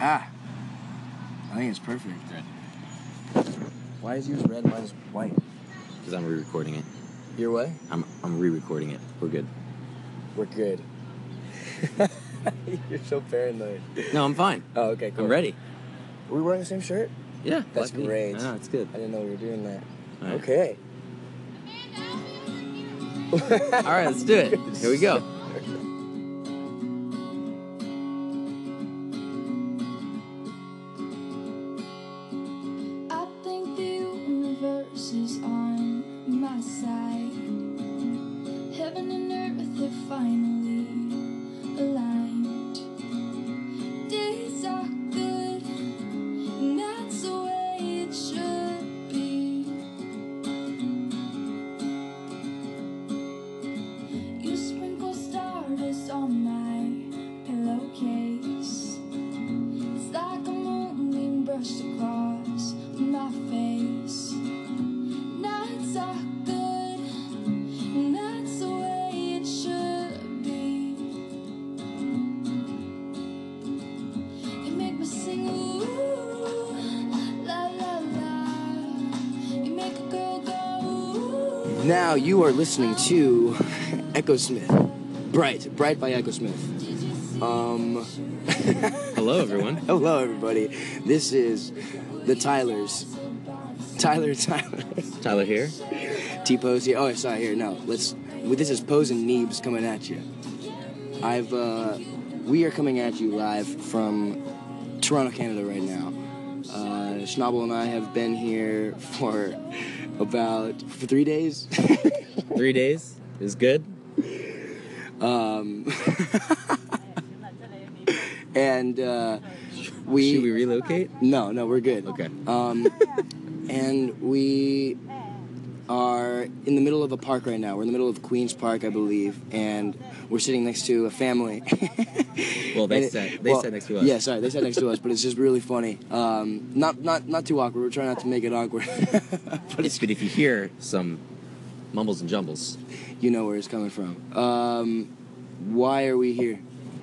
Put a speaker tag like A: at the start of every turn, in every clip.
A: Ah. I think it's perfect.
B: Red.
A: Why is yours red? Mine's white.
B: Because I'm re-recording it.
A: Your way?
B: I'm I'm re-recording it. We're good.
A: We're good. You're so paranoid.
B: No, I'm fine.
A: Oh, okay, cool.
B: I'm ready.
A: Are we wearing the same shirt?
B: Yeah.
A: That's
B: lucky.
A: great.
B: I know, it's good.
A: I didn't know we were doing that.
B: All right.
A: Okay.
B: All right, let's do it. Here we go.
C: I think the universe is on my side. Heaven and earth have finally aligned. Days are good, and that's the way it should be. You sprinkle stardust on my pillowcase. It's like a moonbeam brushed across my face. Nights are good, and that's the way it should be. You make me sing, ooh, la la la. You make a girl go, ooh.
A: Now you are listening to Echo Smith. Bright. Bright by Echo Smith.
C: Did you see
A: Um,
B: Hello, everyone.
A: hello, everybody. This is the Tylers. Tyler, Tyler.
B: Tyler here.
A: T Pose here. Oh, it's not here. No, let's. well, This is Pose and Neebs coming at you. I've. Uh, we are coming at you live from Toronto, Canada, right now. Uh, Schnabel and I have been here for about for three days.
B: Three days is good.
A: um, and uh,
B: Should we
A: we.
B: relocate?
A: No, no, we're good.
B: Okay.
A: Um, and we are in the middle of a park right now. We're in the middle of Queens Park, I believe, and we're sitting next to a family.
B: Well, they
A: And it-
B: sat. They
A: well,
B: sat next to us.
A: Yeah, sorry, they sat next to us, but it's just really funny. Um, not not not too awkward. We're trying not to make it awkward.
B: But if you hear some mumbles and jumbles,
A: you know where it's coming from. Um, why are we here?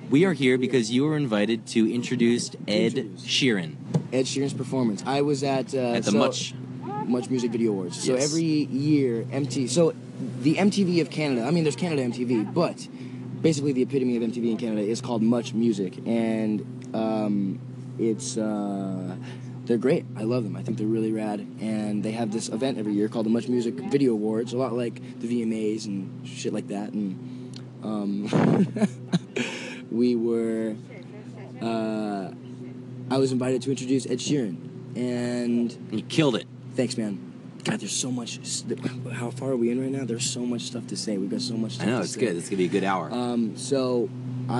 B: we are here because you were invited to introduce Ed
A: Introduce.
B: Sheeran
A: Ed Sheeran's performance. I was at uh,
B: at the
A: so-
B: Much.
A: Much Music Video Awards. So
B: Yes.
A: every year, MTV. So the MTV of Canada. I mean, there's Canada MTV, but basically the epitome of MTV in Canada is called Much Music, and um, it's uh, they're great. I love them. I think they're really rad, and they have this event every year called the Much Music Video Awards, a lot like the VMAs and shit like that. And um, we were. Uh, I was invited to introduce Ed Sheeran, and
B: And you killed it.
A: Thanks, man. God, there's so much. How far are we in right now? There's so much stuff to say. We've got so much.
B: I
A: Stuff
B: know
A: to
B: it's
A: say.
B: good. It's gonna be a good hour.
A: Um, so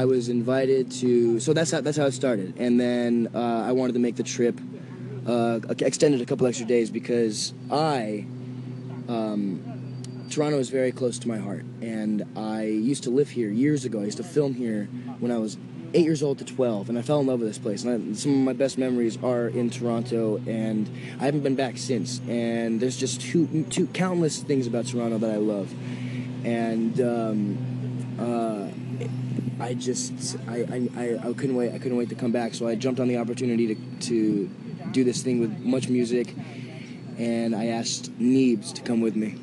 A: I was invited to. So that's how that's how it started, and then uh, I wanted to make the trip uh, extended a couple extra days because I, um, Toronto is very close to my heart, and I used to live here years ago. I used to film here when I was eight years old to twelve, and I fell in love with this place. And I, some of my best memories are in Toronto, and I haven't been back since. And there's just two two countless things about Toronto that I love, and. Um, uh, I just I, I, I, I couldn't wait I couldn't wait to come back so I jumped on the opportunity to, to do this thing with much music and I asked Neebs to come with me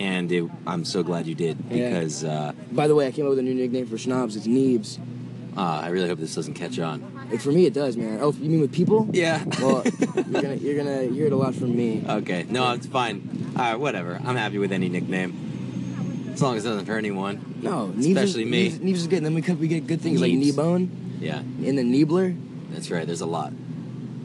B: and it, I'm so glad you did
A: Yeah.
B: because uh,
A: by the way I came up with a new nickname for Schnobs it's Neebs
B: uh, I really hope this doesn't catch on.
A: and for me it does man oh you mean with people
B: Yeah.
A: well you're gonna you're gonna hear it a lot from me
B: okay. No, it's fine. All right, whatever. I'm happy with any nickname, as long as it doesn't hurt anyone.
A: no Neebs
B: Especially
A: is,
B: me.
A: Neebs, Neebs is good and then we could, we get good things like
B: Neebs.
A: Kneebone
B: Yeah,
A: and the Neebler
B: that's right. There's a lot.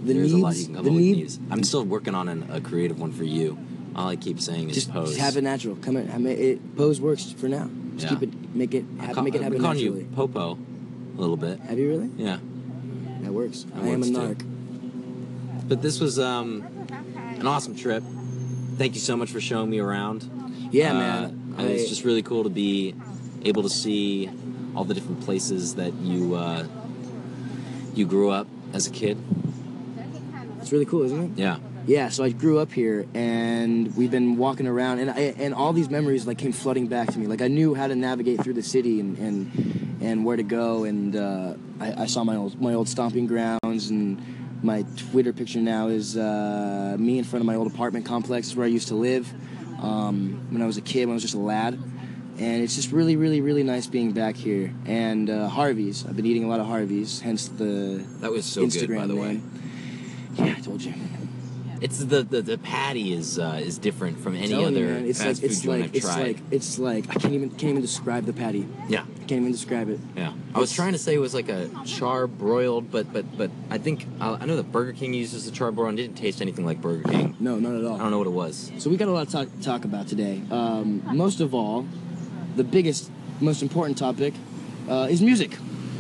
A: the
B: There's
A: Neebs
B: a lot you can come
A: the
B: up with.
A: Neeb-
B: Needs. I'm still working on an, a creative one for you. All I keep saying is
A: just,
B: pose.
A: just have it natural. Come in. I mean, it pose works for now. Just
B: Yeah.
A: keep it, make it,
B: I
A: have,
B: ca-
A: make it
B: I've
A: happen
B: been calling
A: naturally.
B: you Popo a little bit.
A: Have you really?
B: Yeah,
A: That works.
B: That
A: I am a
B: works, too.
A: narc.
B: but this was um, an awesome trip. Thank you so much for showing me around.
A: Yeah,
B: Uh,
A: man.
B: and
A: I-
B: it's just really cool to be able to see all the different places that you uh, you grew up as a kid.
A: it's really cool, isn't it?
B: Yeah,
A: Yeah, so I grew up here, and we've been walking around, and I, and all these memories like came flooding back to me. Like I knew how to navigate through the city, and and and where to go. And uh, I, I saw my old my old stomping grounds and my Twitter picture now is uh, me in front of my old apartment complex where I used to live um, when I was a kid when I was just a lad. And it's just really, really, really nice being back here. And uh, Harvey's. I've been eating a lot of Harvey's, hence the
B: That was so
A: Instagram
B: good, by the way.
A: name. Yeah, I told you.
B: It's the the, the patty is uh, is different from any
A: Telling
B: other
A: you, man, it's
B: fast
A: like it's
B: food joint
A: like
B: I've
A: it's
B: tried.
A: like it's like I can't even can't even describe the patty.
B: yeah,
A: I can't even describe it.
B: yeah. I was
A: It's-
B: trying to say it was like a char broiled, but but but I think uh, I, I know that Burger King uses the char broil and it didn't taste anything like Burger King.
A: No, not at all.
B: I don't know what it was.
A: So we got a lot to talk, talk about today. Um, most of all, the biggest, most important topic uh, is music,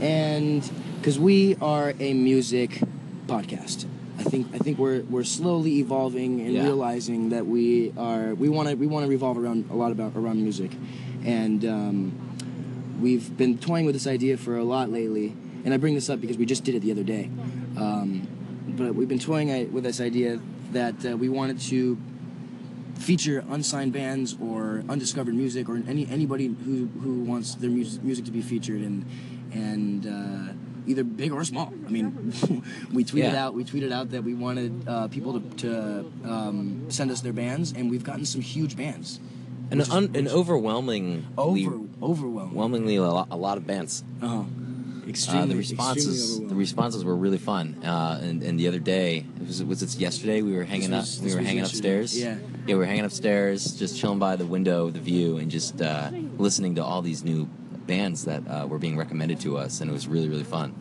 A: and because we are a music podcast, I think I think we're we're slowly evolving and
B: Yeah.
A: realizing that we are we want to we want to revolve around a lot about around music, and. Um, we've been toying with this idea for a lot lately, and I bring this up because we just did it the other day. Um, but we've been toying uh, with this idea that uh, we wanted to feature unsigned bands or undiscovered music or any anybody who, who wants their mus- music to be featured and and uh, either big or small. I mean, we tweeted
B: Yeah.
A: out we tweeted out that we wanted uh, people to, to um, send us their bands, and we've gotten some huge bands.
B: An
A: Which is-
B: un, an
A: which-
B: overwhelming
A: over overwhelmed.
B: overwhelmingly a lot, a lot of bands.
A: Uh-huh.
B: Uh,
A: Extremely,
B: the responses
A: extremely
B: the responses were really fun. Uh, and, and the other day it was was it yesterday we were hanging
A: was-
B: up we
A: this
B: were
A: was
B: hanging
A: yesterday.
B: upstairs.
A: Yeah.
B: Yeah, we were hanging upstairs, just chilling by the window, the view, and just uh, listening to all these new bands that uh, were being recommended to us, and it was really really fun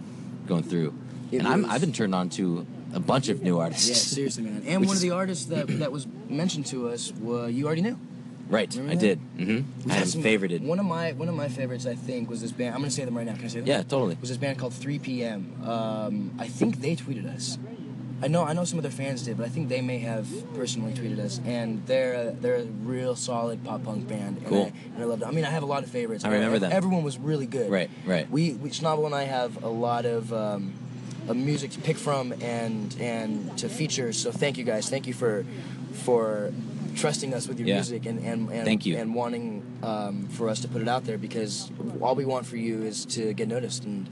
B: going through.
A: It
B: and I'm,
A: was.
B: I've been turned on to a bunch of new artists.
A: yeah, seriously, man. And
B: Which
A: one
B: is-
A: of the artists that, that was mentioned to us, wa you already knew.
B: right,
A: Remember
B: I
A: that?
B: did. Mm-hmm. I
A: had
B: am
A: some-
B: favorited.
A: One of my one of my favorites, I think, was this band. I'm gonna say them right now. Can I say them?
B: Yeah, totally.
A: Was this band called 3 PM? Um, I think they tweeted us. I know I know some of their fans did, but I think they may have personally tweeted us. And they're a, they're a real solid pop punk band. And
B: Cool.
A: I, and I love them. I mean, I have a lot of favorites.
B: I remember
A: that.
B: them.
A: Everyone was really good.
B: Right, right.
A: We, we Schnabel and I have a lot of. Um, of music to pick from and and to feature. So thank you guys. Thank you for for trusting us with your
B: Yeah.
A: music and and, and
B: Thank you.
A: and wanting um, for us to put it out there because all we want for you is to get noticed and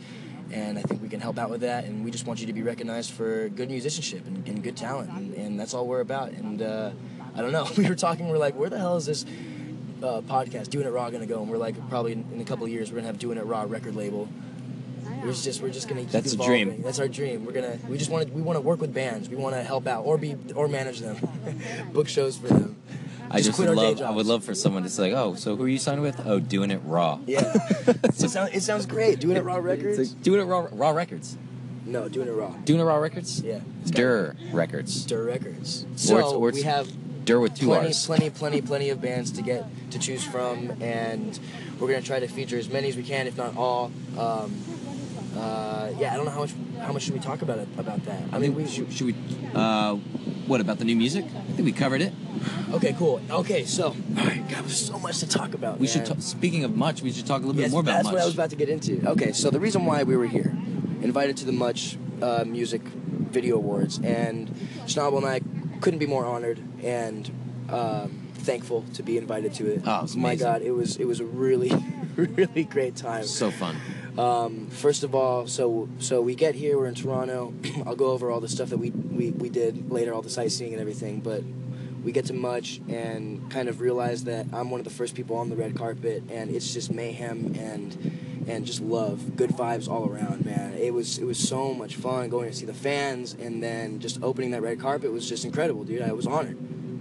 A: and I think we can help out with that and we just want you to be recognized for good musicianship and, and good talent and, and that's all we're about and uh, I don't know we were talking we're like where the hell is this uh, podcast doing it raw gonna go and we're like probably in, in a couple of years we're gonna have doing it raw record label we're just we're just gonna keep
B: That's a
A: evolving.
B: dream.
A: that's our dream we're gonna we just want to we want to work with bands we want to help out or be or manage them book shows for them
B: I just
A: quit
B: would
A: our day
B: love I
A: jobs.
B: would love for someone to say, like, oh, so who are you signed with? Oh, doing it raw.
A: Yeah. it, sound, it sounds great. Doing it raw records?
B: It's like, doing it raw raw records.
A: no, doing it raw.
B: Doing it raw records.
A: Yeah.
B: Dur records.
A: Stir records.
B: Or
A: So
B: it's- or it's
A: we have
B: Dur with two
A: plenty,
B: R's.
A: plenty, plenty, plenty of bands to get to choose from, and we're gonna try to feature as many as we can, if not all. Um, uh, yeah, I don't know how much how much should we talk about it, about that. I,
B: I
A: mean,
B: mean,
A: we
B: should, should we? Uh, what about the new music? I think we covered it.
A: okay, cool. Okay, so all right, God, there's so much to talk about.
B: We should.
A: man.
B: Talk, speaking of much, we should talk a little
A: Yes,
B: bit more about
A: that's
B: much.
A: what I was about to get into. Okay, so the reason why we were here, invited to the Much uh, Music Video Awards, and Schnabel and I couldn't be more honored and um, thankful to be invited to it.
B: Oh, it was
A: My
B: amazing.
A: God, it was it was a really, really great time.
B: so fun.
A: Um, first of all, so so we get here. We're in Toronto. I'll go over all the stuff that we, we we did later, all the sightseeing and everything. But we get to Much and kind of realize that I'm one of the first people on the red carpet, and it's just mayhem and and just love, good vibes all around, man. It was it was so much fun going to see the fans, and then just opening that red carpet was just incredible, dude. I was honored.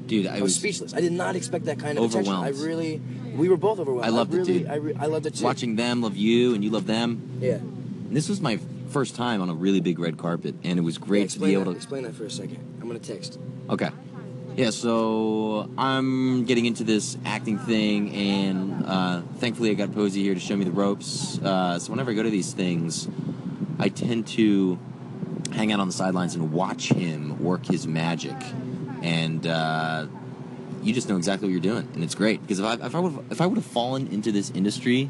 B: Dude, I
A: I was
B: was
A: speechless. I did not expect that kind of
B: Overwhelmed.
A: attention. I really, we were both overwhelmed.
B: I loved it,
A: really,
B: dude.
A: I, re- I loved it too.
B: watching them love you, and you love them.
A: yeah.
B: And this was my first time on a really big red carpet, and it was
A: Yeah,
B: great to
A: explain
B: be
A: that,
B: able to.
A: explain that for a second. I'm gonna text.
B: Okay. Yeah, so I'm getting into this acting thing, and uh, thankfully I got Posey here to show me the ropes. Uh, so whenever I go to these things, I tend to hang out on the sidelines and watch him work his magic, and uh, you just know exactly what you're doing, and it's great because if I if I would if I would have fallen into this industry.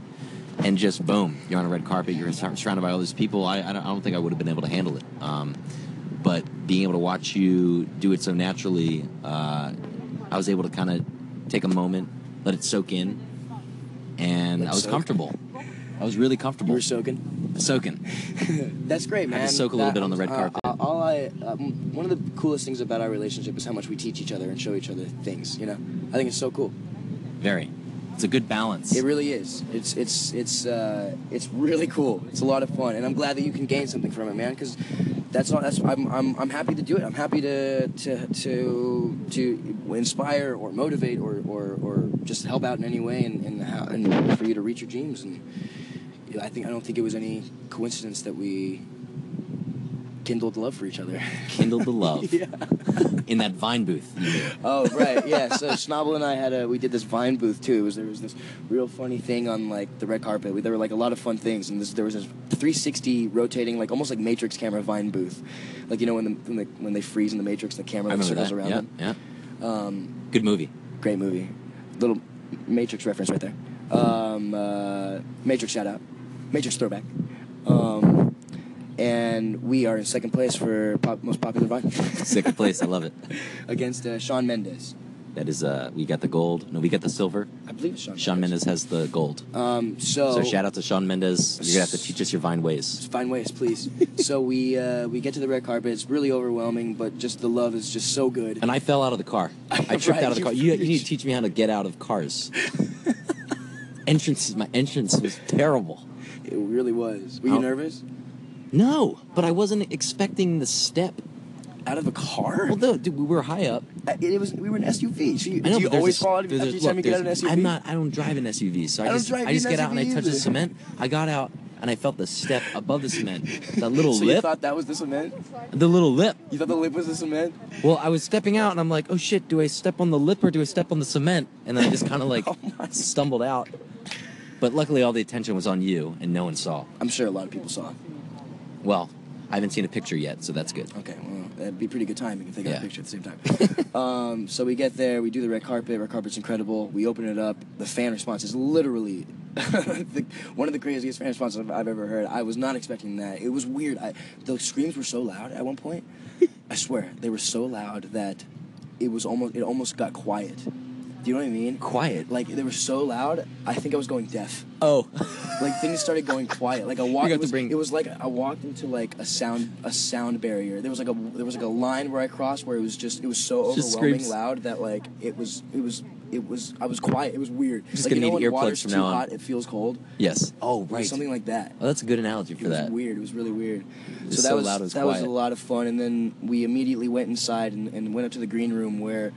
B: And just boom, you're on a red carpet. You're sur- surrounded by all these people. I, I, don't, I don't think I would have been able to handle it. Um, but being able to watch you do it so naturally, uh, I was able to kind of take a moment, let it soak in, and
A: Let it
B: I was
A: soak.
B: comfortable. I was really comfortable.
A: You were soaking.
B: soaking.
A: That's great, man.
B: had to soak a little bit on the red
A: uh,
B: carpet.
A: uh, all I, um, one of the coolest things about our relationship is how much we teach each other and show each other things. You know, I think it's so cool.
B: Very. It's a good balance.
A: It really is. It's it's it's uh, it's really cool. It's a lot of fun, and I'm glad that you can gain something from it, man. Because that's not that's I'm, I'm I'm happy to do it. I'm happy to to to to inspire or motivate or or, or just help out in any way and and, how, and for you to reach your dreams. And you know, I think I don't think it was any coincidence that we kindled love for each other.
B: Kindled the love
A: yeah.
B: in that vine booth.
A: Oh right, yeah. So Schnabel and I had a we did this Vine booth too. It was there was this real funny thing on like the red carpet. We, there were like a lot of fun things, and this, there was this 360 rotating like almost like Matrix camera Vine booth, like you know when the when, the, when they freeze in the Matrix and the camera
B: I
A: like,
B: remember
A: circles
B: that.
A: around
B: yeah,
A: them.
B: yeah.
A: Um,
B: Good movie.
A: great movie, little Matrix reference right there. Um, uh, Matrix shout out, Matrix throwback. Um, and we are in second place for pop, most popular Vine
B: Second place. I love it.
A: against uh, Sean Mendes.
B: That is, uh, we got the gold. No, we got the silver.
A: I believe it's Sean.
B: Sean Mendes has the gold.
A: Um,
B: so shout out to Sean Mendes. You're gonna have to teach us your vine ways.
A: Find ways, please. so we uh, we get to the red carpet. It's really overwhelming, but just the love is just so good.
B: And I fell out of the car. I tripped
A: Right,
B: out of the
A: you-
B: car. You, you need to teach me how to get out of cars. entrance, my entrance was terrible.
A: it really was. Were you
B: How-
A: nervous?
B: No, but I wasn't expecting the step.
A: Out of a car?
B: Well, no, dude, we were high up.
A: Uh, it was. We were in SUV. So you,
B: I know,
A: do you
B: but there's
A: always
B: a-
A: fall out of
B: there's a-
A: every time you
B: look,
A: get out of an
B: there's-
A: SUV?
B: I'm not. I don't drive an SUV, so I,
A: I don't
B: just
A: drive
B: I just
A: an
B: get out and I
A: SUV
B: touch the
A: either.
B: cement. I got out and I felt the step above the cement, that little
A: So you
B: lip,
A: thought that was the cement?
B: the little lip.
A: You thought the lip was the cement?
B: Well, I was stepping out and I'm like, oh shit, do I step on the lip or do I step on the cement? And then I just kind of like
A: Oh my-
B: stumbled out. But luckily, all the attention was on you and no one saw.
A: I'm sure a lot of people saw. it.
B: Well, I haven't seen a picture yet, so that's good.
A: Okay, well, that'd be pretty good timing if they got
B: Yeah.
A: a picture at the same time. um, so we get there, we do the red carpet. Red carpet's incredible. We open it up. The fan response is literally the, one of the craziest fan responses I've, I've ever heard. I was not expecting that. It was weird. I, the screams were so loud at one point. I swear they were so loud that it was almost it almost got quiet. Do you know what I mean?
B: Quiet.
A: Like they were so loud, I think I was going deaf.
B: Oh,
A: Like things started going quiet. Like I walked.
B: have
A: It
B: to
A: was,
B: bring-
A: it was like I walked into like a sound a sound barrier. There was like a there was like a line where I crossed where it was just it was so
B: Just
A: overwhelming
B: screams.
A: loud that like it was it was it was I was quiet. It was weird.
B: Just
A: like,
B: gonna
A: you know
B: need
A: when
B: earplugs
A: water's
B: from
A: too
B: now on.
A: hot, it feels cold.
B: yes. Oh,
A: It was
B: right.
A: something like that.
B: Oh, that's a good analogy
A: It
B: for
A: was
B: that.
A: weird. It was really weird.
B: was
A: So that
B: so
A: was
B: loud, it was
A: that was a
B: quiet.
A: lot of fun. And then we immediately went inside and, and went up to the green room where,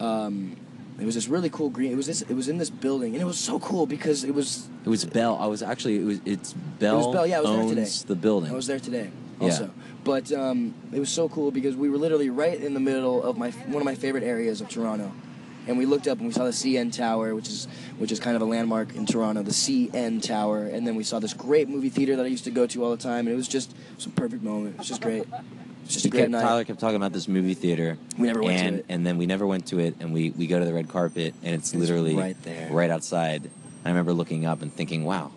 A: um, it was this really cool green. It was this. It was in this building, and it was so cool because it was
B: It was Bell. I was actually. It was. It's Bell.
A: it was Bell. Yeah, I was
B: owns
A: there today.
B: the building.
A: I was there today.
B: Yeah.
A: Also, but um, it was so cool because we were literally right in the middle of my one of my favorite areas of Toronto, and we looked up and we saw the CN Tower, which is which is kind of a landmark in Toronto, the CN Tower, and then we saw this great movie theater that I used to go to all the time, and it was just it was a perfect moment. It was just great. It was just a
B: He
A: great
B: kept,
A: night.
B: Tyler kept talking about this movie theater.
A: We never went to
B: and,
A: it.
B: And then we never went to it, and we, we go to the red carpet, and it's,
A: It's
B: literally
A: right there.
B: right outside. I remember looking up and thinking, wow,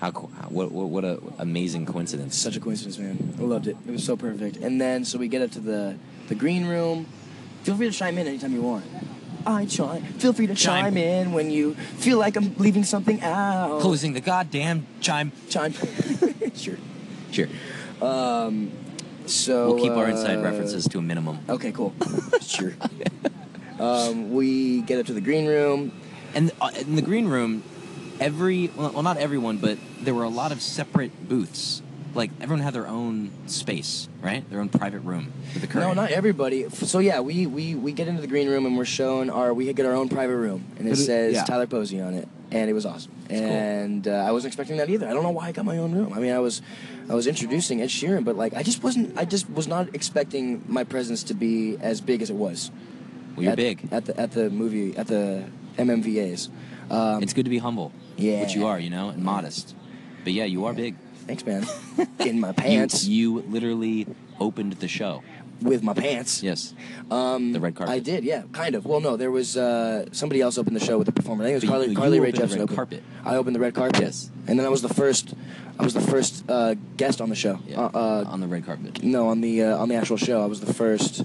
B: how, co- how what, what, what a amazing coincidence.
A: Such a coincidence, man. I loved it. It was so perfect. And then, so we get up to the, the green room. Feel free to chime in anytime you want. I chime. Feel free to chime,
B: Chime.
A: in when you feel like I'm leaving something out.
B: Closing the goddamn chime.
A: Chime.
B: Sure. Sure.
A: So
B: We'll keep our
A: uh,
B: inside references to a minimum.
A: Okay, cool. sure. Um, we get up to the green room.
B: And uh, in the green room, every well, well, not everyone, but there were a lot of separate booths. Like everyone had their own space, right? Their own private room with the curtain.
A: No, not everybody. F- So yeah, we, we we get into the green room and we're shown our we get our own private room and it
B: But it-
A: says
B: yeah.
A: Tyler Posey on it, and it was awesome.
B: cool.
A: And uh, I wasn't expecting that either. I don't know why I got my own room. I mean, I was I was introducing Ed Sheeran, but like I just wasn't. I just was not expecting my presence to be as big as it was.
B: well, you're
A: at,
B: big.
A: at the at the movie at the MMVAs. Um,
B: It's good to be humble.
A: Yeah.
B: Which you are, you know, and modest. But yeah, you are big.
A: thanks, man. In my
B: You-
A: pants
B: You, literally opened the show.
A: with my pants.
B: Yes.
A: Um,
B: The red carpet.
A: I did, yeah, kind of. Well, no, there was uh, somebody else opened the show with a performer. I think it was
B: But
A: Carly,
B: you-
A: Carly
B: you
A: Rae
B: opened the
A: Jepsen.
B: red
A: opened-
B: carpet.
A: I opened the red carpet.
B: Yes.
A: And then I was the first. I was the first uh, guest on the show.
B: Yeah.
A: Uh, uh,
B: on the red carpet.
A: no, on the uh, on the actual show, I was the first.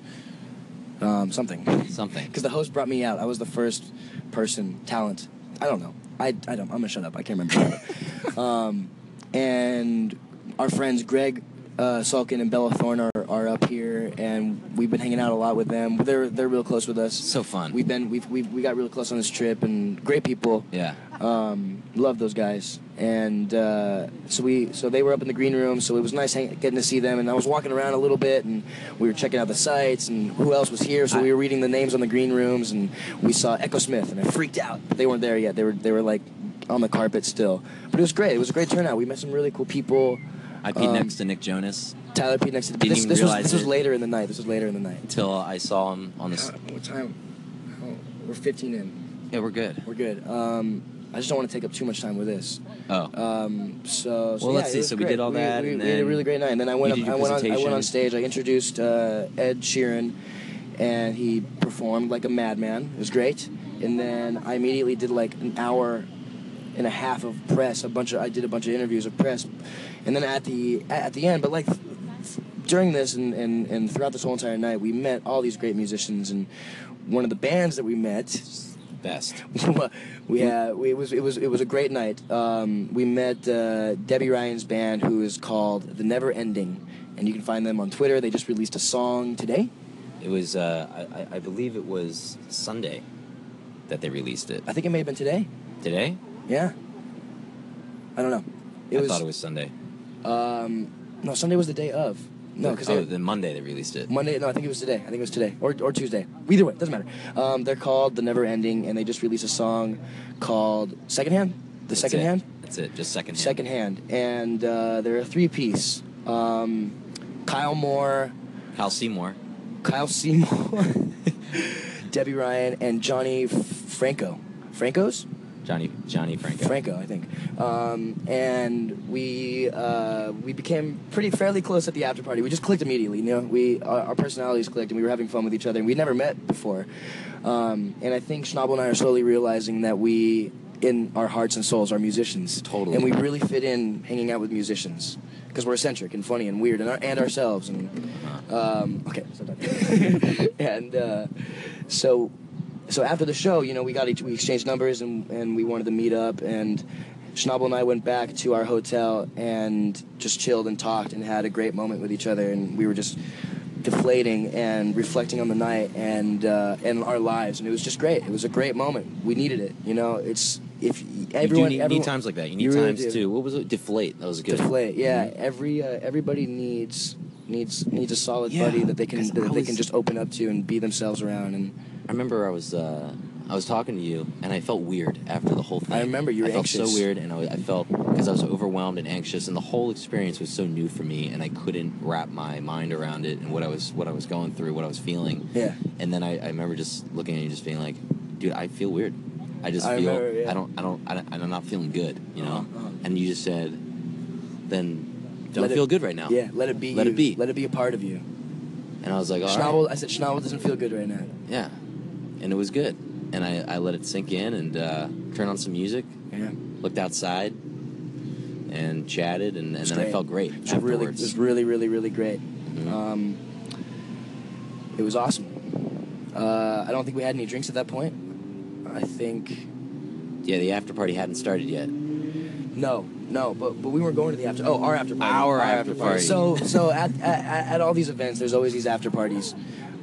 A: Um, something.
B: Something.
A: Because the host brought me out. I was the first person, talent. I don't know. I, I don't. I'm gonna shut up. I can't remember. um, and our friends Greg uh, Salkin and Bella Thorne are, are up here, and we've been hanging out a lot with them. They're they're real close with us.
D: So fun.
A: We've been we've, we've we got real close on this trip, and great people.
D: Yeah.
A: Um, love those guys, and uh, so we so they were up in the green room. So it was nice hang, getting to see them, and I was walking around a little bit, and we were checking out the sites and who else was here. So we were reading the names on the green rooms, and we saw Echo Smith, and I freaked out. They weren't there yet. They were they were like on the carpet still, but it was great. It was a great turnout. We met some really cool people.
B: I peed
A: Um,
B: next to Nick Jonas
A: Tyler P. next to
B: Didn't
A: this,
B: even
A: this was
B: realize
A: this was
B: it.
A: later in the night. This was later in the night.
B: till I saw him on the. s-
A: God, what time? Oh, we're 15 in.
B: Yeah, we're good.
A: We're good. Um, I just don't want to take up too much time with this.
B: Oh,
A: Um, so, so
B: Well,
A: yeah,
B: let's
A: it
B: see.
A: was
B: So we
A: great.
B: did all that,
A: We,
B: and
A: we had a
B: then
A: really great night, and then I went.
B: you
A: Up,
B: did
A: I
B: your
A: went on. I went on
B: presentation.
A: stage. I introduced uh, Ed Sheeran, and he performed like a madman. It was great. And then I immediately did like an hour and a half of press. A bunch of I did a bunch of interviews of press, and then at the at the end, but like. During this and, and, and throughout this whole entire night, we met all these great musicians, and one of the bands that we met
B: best.
A: we, uh, we, it was it was it was a great night. Um, we met uh, Debbie Ryan's band, who is called The Never Ending, and you can find them on Twitter. They just released a song today.
B: It was. Uh, I- I, I believe it was Sunday that they released it.
A: I think it may have been today.
B: Today?
A: Yeah, I don't know. It
B: I
A: was
B: thought it was Sunday.
A: um, no Sunday was the day of no because
B: oh, then Monday they released it.
A: Monday. No, I think it was today. I think it was today or, or Tuesday. Either way, doesn't matter. Um, they're called The Never Ending, and they just released a song called Second Hand. The
B: That's
A: Second
B: it.
A: Hand.
B: That's it. Just second hand.
A: secondhand, and uh, they're a three-piece. Um, Kyle Moore,
B: Hal Seymour.
A: Kyle Seymour, Debbie Ryan, and Johnny F- Franco. Franco's
B: Johnny. Johnny Franco.
A: Franco, I think. Um, and we uh, we became pretty fairly close at the after party. We just clicked immediately. You know, we our, our personalities clicked, and we were having fun with each other, and we'd never met before. Um, and I think Schnabel and I are slowly realizing that we, in our hearts and souls, are musicians.
B: Totally.
A: And we really fit in hanging out with musicians because we're eccentric and funny and weird and, our, and ourselves and um, okay, so done. and uh, so so after the show, you know, we got each, we exchanged numbers and and we wanted to meet up and Schnabel and I went back to our hotel and just chilled and talked and had a great moment with each other and we were just deflating and reflecting on the night and uh, and our lives and it was just great. It was a great moment. We needed it. You know, it's if everyone
B: you do need,
A: everyone,
B: need times like that. You need
A: you really
B: times
A: do.
B: to Mm-hmm. what was it? Deflate. That was good.
A: deflate. Yeah, every uh, everybody needs needs needs a solid
B: Yeah,
A: buddy that they can
B: 'cause
A: that
B: I
A: they
B: was-
A: can just open up to and be themselves around. And
B: I remember I was uh, I was talking to you, and I felt weird after the whole thing.
A: I remember you were
B: I felt
A: anxious.
B: so weird, and I, was, I felt because I was overwhelmed and anxious, and the whole experience was so new for me, and I couldn't wrap my mind around it and what I was what I was going through, what I was feeling.
A: Yeah.
B: And then I, I remember just looking at you, and just being like, "Dude, I feel weird. I just
A: I
B: feel
A: remember, yeah.
B: I don't I don't I don't I'm not feeling good, you know."
A: Uh-huh, uh-huh.
B: And you just said, "Then don't
A: Let it-
B: feel good right now."
A: yeah, let it be.
B: Let
A: you.
B: it be.
A: Let it be a part of you.
B: And I was like, "All right."
A: Schnabel, I said Schnabel doesn't feel good right now.
B: Yeah, and it was good. And I, I let it sink in and uh, turned on some music,
A: Yeah,
B: looked outside, and chatted, and, and
A: It's
B: then I
A: great.
B: felt great
A: it was
B: afterwards. Mm-hmm.
A: really, it was really, really, really great. Um, it was awesome. Uh, I don't think we had any drinks at that point. I think
B: yeah, the after party hadn't started yet.
A: No, no, but but we weren't going to the after. Oh, our after party.
B: Our after party.
A: So so at, at at at all these events, there's always these after parties,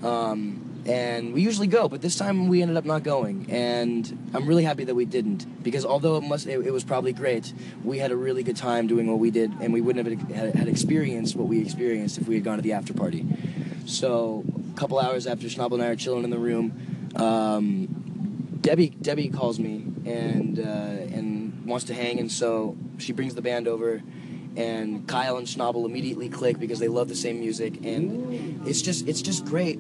A: um, and we usually go. But this time we ended up not going, and I'm really happy that we didn't because although it must it, it was probably great, we had a really good time doing what we did, and we wouldn't have had, had experienced what we experienced if we had gone to the after party. So a couple hours after Schnabel and I are chilling in the room. Um, Debbie Debbie calls me and uh, and wants to hang, and so she brings the band over, and Kyle and Schnabel immediately click because they love the same music, and it's just it's just great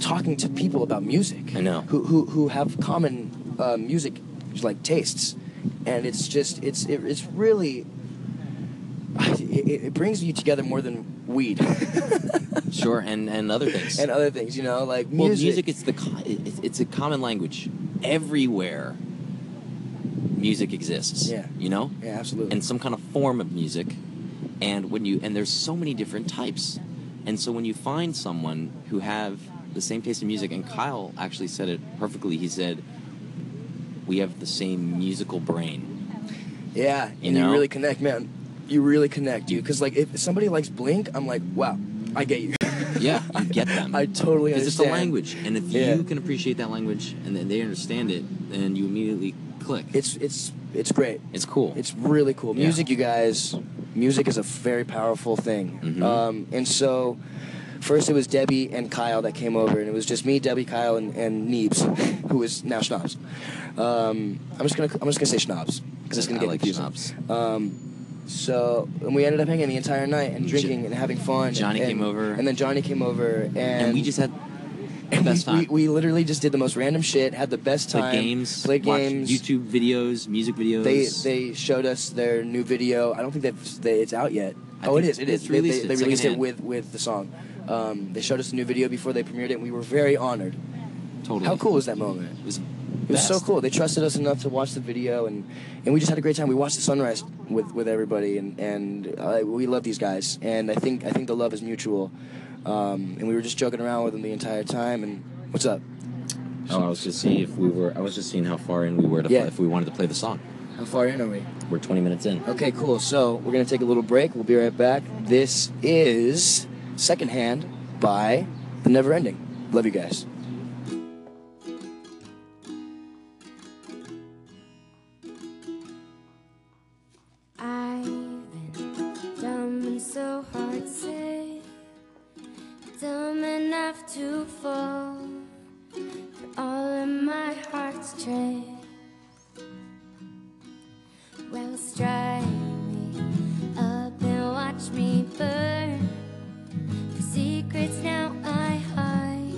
A: talking to people about music.
B: I know.
A: who who, who have common uh, music like tastes, and it's just it's it, it's really. It, it- it brings you together more than weed
B: Sure, and, and other things.
A: and other things, you know, like
B: well, music is the co- it's, it's a common language everywhere. Music exists.
A: Yeah.
B: you know,
A: yeah, absolutely.
B: and some kind of form of music and when you and there's so many different types and so when you find someone who have the same taste in music and kyle actually said it perfectly he said
E: we have the same musical brain.
A: Yeah, and
E: You
A: you,
E: know?
A: really connect, man. You really connect, dude. Because like, if somebody likes Blink, I'm like, wow, I get you.
E: Yeah, you get them.
A: I totally
E: because
A: understand.
E: it's a language, and if
A: Yeah.
E: you can appreciate that language and then they understand it, then you immediately click.
A: It's it's it's great.
E: It's cool.
A: It's really cool.
E: Yeah.
A: Music, you guys. Music is a very powerful thing.
E: Mhm.
A: Um, and so, first it was Debbie and Kyle that came over, and it was just me, Debbie, Kyle, and, and Neebs, who is now Schnapps. Um, I'm just gonna I'm just gonna say Schnapps because it's gonna
E: I
A: get
E: like
A: confusing.
E: schnapps.
A: Um, so and we ended up hanging the entire night and
E: Jo-
A: drinking and having fun. and-
E: Johnny
A: and-
E: came over.
A: and then Johnny came over, and,
E: and we just had the
A: and
E: best
A: we,
E: time.
A: We, we literally just did the most random shit, had the best
E: played
A: time,
E: games,
A: played
E: watched
A: games.
E: YouTube videos, music videos.
A: They they showed us their new video. I don't think they've, they it's out yet.
E: I
A: oh, it
E: think
A: is. It
E: it's
A: is. They-
E: released.
A: They,
E: It's
A: they released it
E: secondhand.
A: with with the song. Um, they showed us the new video before they premiered it, and we were very honored.
E: totally.
A: How cool was that moment?
E: It was,
A: It was so
E: best.
A: cool. They trusted us enough to watch the video, and, and we just had a great time. We watched the sunrise with, with everybody, and and uh, we love these guys, and I think I think the love is mutual. Um, and we were just joking around with them the entire time. And what's up?
E: Oh, I was just seeing if we were. I was just seeing how far in we were to
A: Yeah.
E: play, if we wanted to play the song.
A: How far in are we?
E: We're 20 minutes in.
A: Okay, cool. So we're gonna take a little break. We'll be right back. This is Secondhand by The Never Ending. Love you guys.
F: I've been dumb and so hard to say. Dumb enough to fall for all of my heart's trade. Well, strike me up and watch me burn. For secrets now I hide,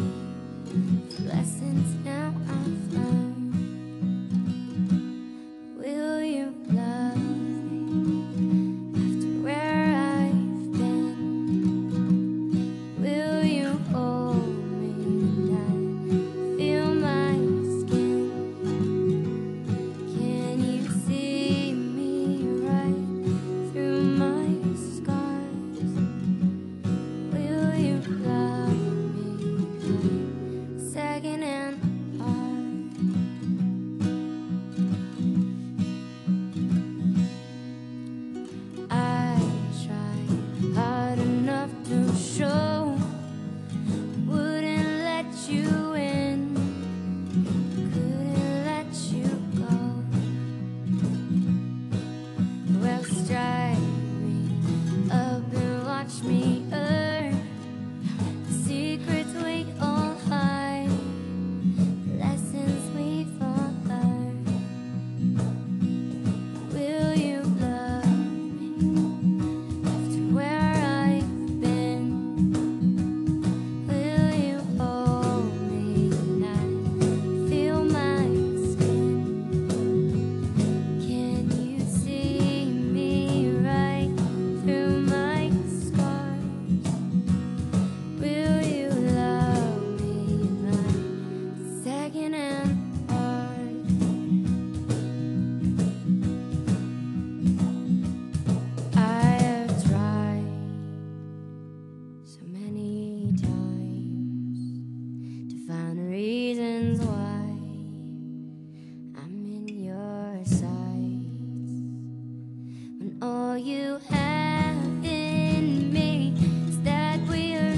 F: for lessons now I've learned. Will you love me after where I've been? Will you hold me and I feel my skin? Can you see me right through my scars? Will you love me second and hard? I tried hard enough to show. Wouldn't let you in. Couldn't let you go. Well, strike me up and watch me earn. the Secrets we all hide. Lessons we've all learned. Will you love after where I've been? Will you hold me and I feel my skin? Can you see me right through my scars? Will you love me like second and hard? I have tried so many times to find reasons why I'm in your sights when all you have in me is that we're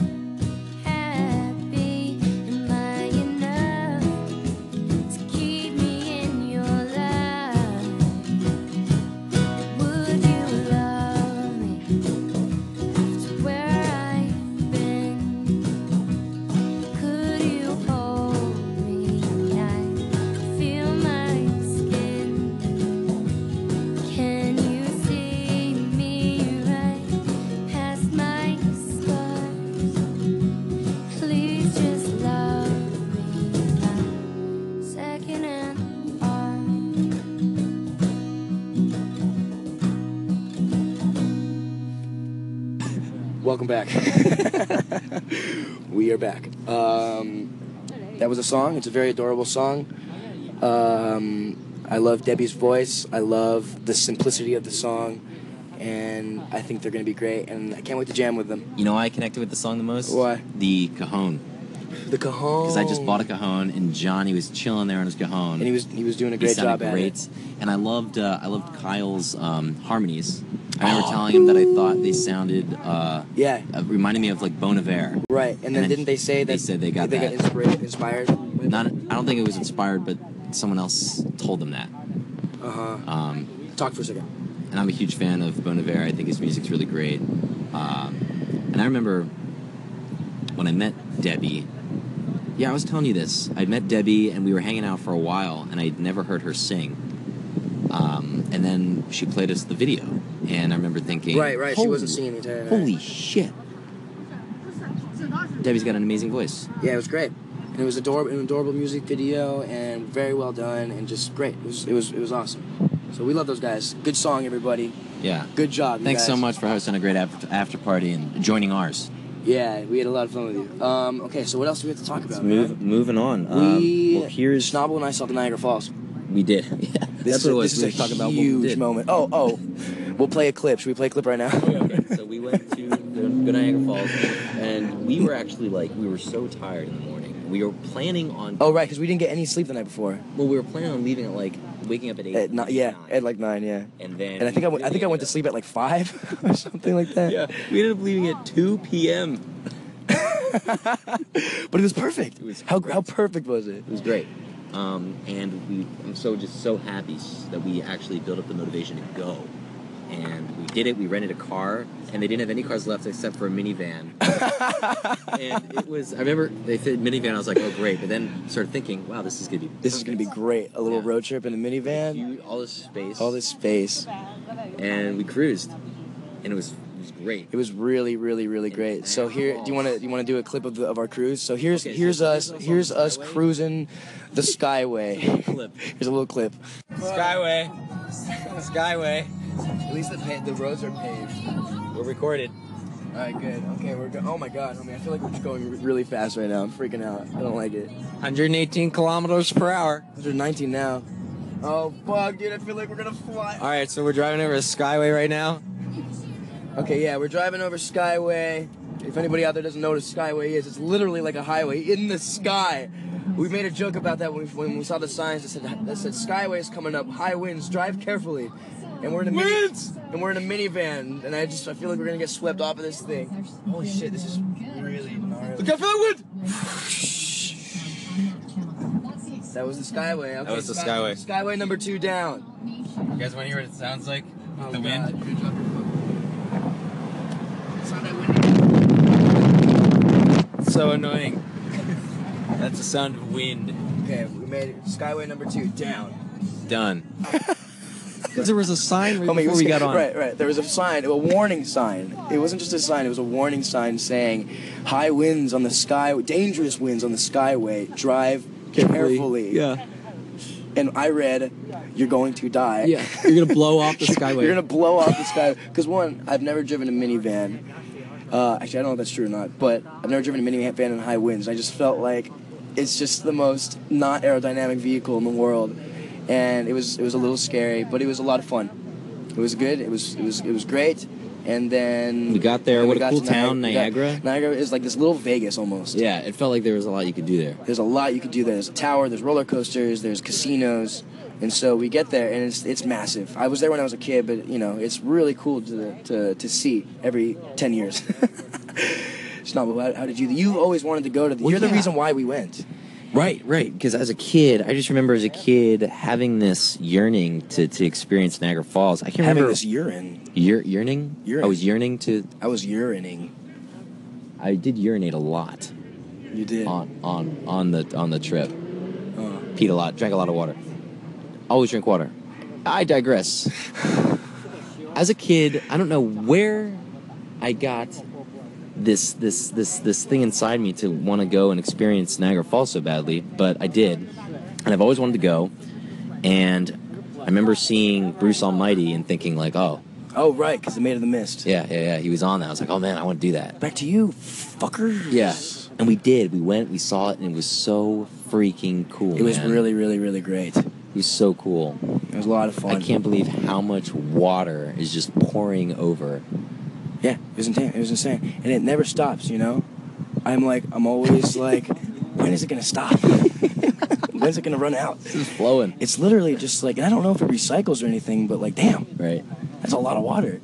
F: happy. Am I enough to keep me in your life? Would you love me after where I've been? Could you hold me? I feel my skin. Can you see me right past my scars? Please just love me, second and hard.
A: Welcome back. we are back. Um, that was a song. It's a very adorable song. Um, I love Debbie's voice. I love the simplicity of the song, and I think they're gonna be great. And I can't wait to jam with them.
E: You know why I connected with the song the most?
A: Why?
E: The Cajon.
A: The cajon.
G: because I just bought a cajon and Johnny was chilling there on his cajon.
A: And he was he was doing a
G: He
A: great
G: sounded
A: job at
G: great.
A: it.
G: And I loved uh, I loved Kyle's um, harmonies. I remember telling him that I thought they sounded uh,
A: Yeah.
G: uh, reminded me of like Bon Iver.
A: Right. And then,
G: then
A: didn't they say that
G: they said they got
A: they
G: that.
A: got inspired inspired?
G: Not I don't think it was inspired, but someone else told them that.
A: Uh huh.
G: Um,
A: Talk for a second.
G: and I'm a huge fan of Bon Iver. I think his music's really great. Um, and I remember when I met Debbie. Yeah, I was telling you this. I met Debbie, and we were hanging out for a while, and I'd never heard her sing. Um, and then she played us the video, and I remember thinking,
A: Right, right.
G: "Holy-
A: she wasn't singing the entire night.
G: Holy shit! Debbie's got an amazing voice.
A: Yeah, it was great. And it was adorable, an adorable music video, and very well done, and just great. It was it was it was awesome. So we love those guys. Good song, everybody.
G: Yeah.
A: Good job. you
G: Thanks so
A: guys.
G: much for hosting a great after, after party and joining ours.
A: Yeah, we had a lot of fun with you. Um, okay, so what else do we have to talk about? man?
B: moving on.
A: we
B: um, well, here's
A: Schnabel and I saw the Niagara Falls.
B: we did. Yeah,
A: This is,
B: that's what it was.
A: This
B: we
A: is
B: were talking
A: a
B: about what we
A: huge
B: did.
A: moment. Oh, oh, we'll play a clip. Should we play a clip right now?
B: okay, so we went to the Good Niagara Falls, and we were actually like, we were so tired in the morning. We were planning on,
A: Oh, right, because we didn't get any sleep the night before.
B: well, we were planning on leaving at like waking up at eight.
A: At ni- yeah,
B: nine,
A: at like nine, yeah.
B: and then
A: And I think I, went, I think I went to sleep at like five or something like that.
B: Yeah, we ended up leaving at two p.m.
A: But it was perfect.
B: It was
A: how
B: great.
A: how perfect was it?
B: It was great. Um, and we, I'm so just so happy s- that we actually built up the motivation to go. And we did it. We rented a car, and they didn't have any cars left except for a minivan. and it was. I remember they said minivan. I was like, oh great. But then started thinking, wow, this is gonna be.
A: This is gonna be great. A little
B: Yeah.
A: road trip in a minivan,
B: Huge, all this space.
A: all this space.
B: And we cruised, and it was it was great.
A: It was really, really, really great. So here, do you want to you want to do a clip of the, of our cruise? So here's
B: Okay, so
A: here's
B: this
A: us
B: is us on
A: here's
B: the
A: us
B: Skyway.
A: cruising the Skyway.
B: Clip.
A: here's a little clip.
B: Skyway. Skyway.
A: At least the pa- the roads are paved.
B: We're recorded.
A: All right, good. Okay, we're good. Oh my god, homie, I feel like we're going re- really fast right now. I'm freaking out. I don't like it.
B: 118 kilometers per hour.
A: 119 now. Oh fuck, dude, I feel like we're gonna fly.
B: All right, so we're driving over to Skyway right now.
A: Okay, yeah, we're driving over Skyway. If anybody out there doesn't know what a Skyway is, it's literally like a highway in the sky. We made a joke about that when we, when we saw the signs that said that said Skyway is coming up, high winds, drive carefully. And we're in a mini- and we're in a minivan, and I just I feel like we're gonna get swept off of this thing. Holy shit, this is really gnarly. Look out for that wind! That was the Skyway. Okay,
B: That was the
A: Sky-
B: Skyway.
A: Skyway number two down.
B: You guys want to hear what it sounds like?
A: Oh,
B: the wind.
A: God, dude, drop your phone. It's not that windy.
B: So annoying. That's the sound of wind.
A: Okay, we made it. Skyway number two down.
B: Done. Because there was a sign right
A: it
B: before
A: was-
B: we got on.
A: Right, right. There was a sign, a warning sign. It wasn't just a sign, it was a warning sign saying, high winds on the sky, dangerous winds on the skyway, drive carefully.
H: Yeah,
A: And I read, you're going to die.
H: yeah. You're gonna blow off the skyway.
A: You're going to blow off the sky. Because, one, I've never driven a minivan. Uh, actually, I don't know if that's true or not, but I've never driven a minivan in high winds. I just felt like it's just the most not aerodynamic vehicle in the world, and it was it was a little scary, but it was a lot of fun. It was good. It was it was it was great. And then
B: We got there.
A: and
B: What
A: we
B: a cool
A: to
B: town,
A: Ni- we got-
B: Niagara.
A: Niagara is like this little Vegas almost.
B: Yeah, it felt like there was a lot you could do there.
A: There's a lot you could do there. There's a tower, there's roller coasters, there's casinos. And so we get there and it's it's massive. I was there when I was a kid, but you know, it's really cool to to, to see every 10 years. Snobble, how, how did you you always wanted to go to the, You're the
B: yeah.
A: reason why we went.
B: Right, right. Because as a kid, I just remember as a kid having this yearning to, to experience Niagara Falls. I can't
A: Having
B: remember
A: this urine.
B: year, yearning.
A: Yearning.
B: I was yearning to.
A: I was urining.
B: I did urinate a lot
A: You did.
B: on on on the on the trip.
A: Uh,
B: Peed a lot. Drank a lot of water. Always drink water. I digress. as a kid, I don't know where I got this this this this thing inside me to want to go and experience Niagara Falls so badly, but I did, and I've always wanted to go. And I remember seeing Bruce Almighty and thinking like, oh
A: oh, right, because it made of the mist.
B: yeah yeah yeah, he was on that. I was like, oh man, I want to do that.
A: Back to you, fucker.
B: Yeah, and we did. We went, we saw it, and it was so freaking cool.
A: It was
B: man.
A: really, really, really great. It
B: it was so cool.
A: was a lot of fun.
B: I can't believe how much water is just pouring over.
A: Yeah, it was insane. It was insane, and it never stops. You know, I'm like, I'm always like, when is it gonna stop? When's it gonna run out?
B: It's flowing.
A: It's literally just like, and I don't know if it recycles or anything, but like, damn,
B: Right.
A: that's a lot of water.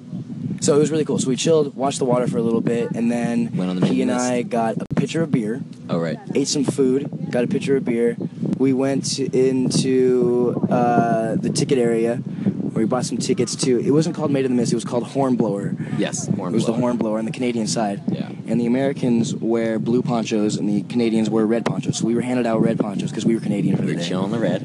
A: So it was really cool. So we chilled, watched the water for a little bit, and then
B: Went on the
A: he
B: mailing
A: and
B: list.
A: I got a pitcher of beer,
B: Oh, right.
A: ate some food, got a pitcher of beer. We went to- into uh, the ticket area where we bought some tickets to. It wasn't called Made of the Mist. It was called Hornblower.
B: Yes. Horn
A: It was the
B: blower.
A: horn blower on the Canadian side.
B: Yeah.
A: And the Americans wear blue ponchos and the Canadians wear red ponchos. So we were handed out red ponchos because we were Canadian for the
B: We're
A: day.
B: chilling the red.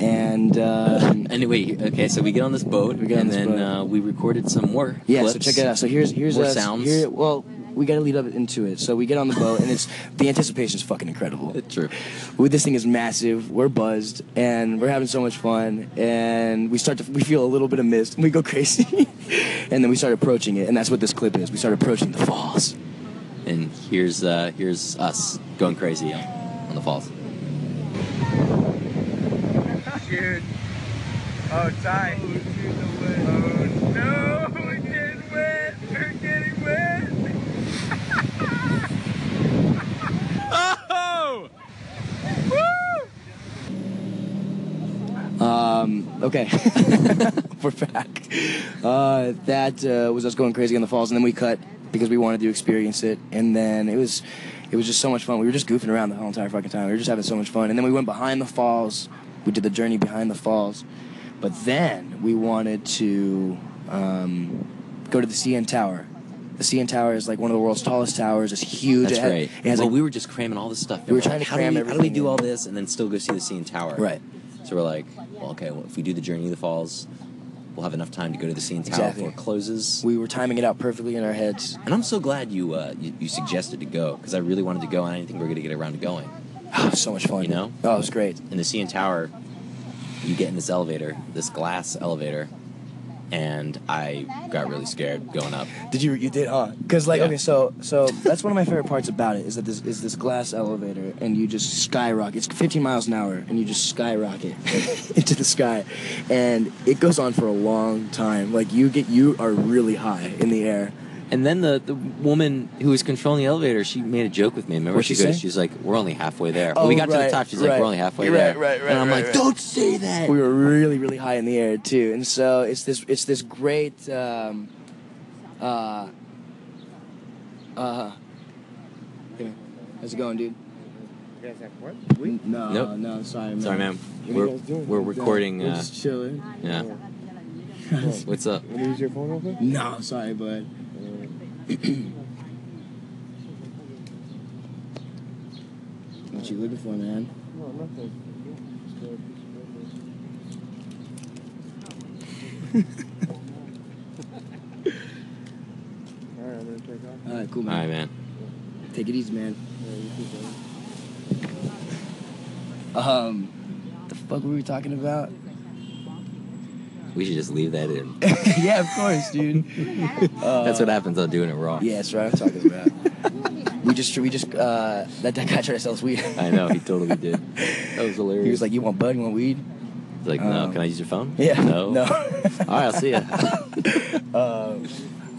A: And um,
B: Anyway, okay, so we get on this boat,
A: We get on
B: and
A: this
B: then
A: boat.
B: Uh, we recorded some more.
A: yeah, so
B: clips.
A: check it out. So here's here's
B: More
A: us-
B: sounds.
A: Here, well, we got to lead up into it. So we get on the boat and it's the anticipation is fucking incredible.
B: True.
A: We, this thing is massive. We're buzzed and we're having so much fun. And we start to we feel a little bit of mist. And we go crazy. and then we start approaching it. And that's what this clip is. We start approaching the falls.
B: And here's uh, here's us going crazy on, on the falls.
I: Dude. Oh, Ty. Oh, no. We're getting wet. We're getting wet. oh! Woo!
A: Okay, we're back. Uh, that uh, was us going crazy on the falls, and then we cut because we wanted to experience it. And then it was, it was just so much fun. We were just goofing around the whole entire fucking time. We were just having so much fun. And then we went behind the falls. We did the journey behind the falls, but then we wanted to um, go to the CN Tower. The CN Tower is like one of the world's tallest towers. It's huge.
B: That's
A: it ha-
B: right.
A: It has
B: well,
A: like
B: we were just cramming all this stuff.
A: We were
B: And
A: trying to
B: how
A: cram
B: do we, How do we
A: everything
B: do
A: in.
B: all this and then still go see the CN Tower?
A: Right.
B: So we're like, well, okay, well, if we do the Journey of the Falls, we'll have enough time to go to the CN Tower
A: Exactly.
B: before it closes.
A: we were timing it out perfectly in our heads.
B: and I'm so glad you uh, you, you suggested to go because I really wanted to go and I didn't think we were going to get around to going.
A: Oh, so much fun.
B: You know?
A: Oh, it was great.
B: in the CN Tower, you get in this elevator, this glass elevator, and I got really scared going up.
A: Did you? You did, huh? Because like,
B: Yeah.
A: okay, so so that's one of my favorite parts about it is that this is this glass elevator, and you just skyrocket. It's 15 miles an hour, and you just skyrocket into the sky, and it goes on for a long time. Like you get, you are really high in the air.
B: And then the, the woman who was controlling the elevator, she made a joke with me. Remember,
A: What'd
B: she
A: she
B: goes,
A: say?
B: she's like, "We're only halfway there." when we
A: Oh,
B: got to the
A: right,
B: top, she's like,
A: right.
B: "We're only halfway
A: Right,
B: there."
A: right, right,
B: And I'm
A: right,
B: like,
A: right.
B: "Don't say that."
A: We were really, really high in the air too, and so it's this it's this great. Um, uh, uh, hey, man, how's it going, dude?
I: You guys have what?
A: No,
B: Nope.
A: no, sorry, man.
B: Sorry, ma'am. We're, we're recording. Uh,
A: chilling.
B: yeah. What's up?
I: Want to use your phone real quick?
A: No, sorry, bud. what you looking for, man?
I: No, nothing. Just a piece of paper. All right, I'm gonna take off.
A: All right, cool,
B: All
A: man.
B: right, man.
A: Take it easy, man.
I: Yeah, you keep going.
A: Um, the fuck were we talking about?
B: We should just leave that in.
A: yeah, of course, dude. Uh,
B: That's what happens on doing it wrong.
A: Yeah, that's right. I'm talking about. we just, we just, uh, that, that guy tried to sell us weed.
B: I know. He totally did. That was hilarious.
A: He was like, "You want bud? You want weed?"
B: He's like, "No,
A: um,
B: can I use your phone?"
A: Yeah.
B: No.
A: No.
B: All right, I'll see you.
A: um,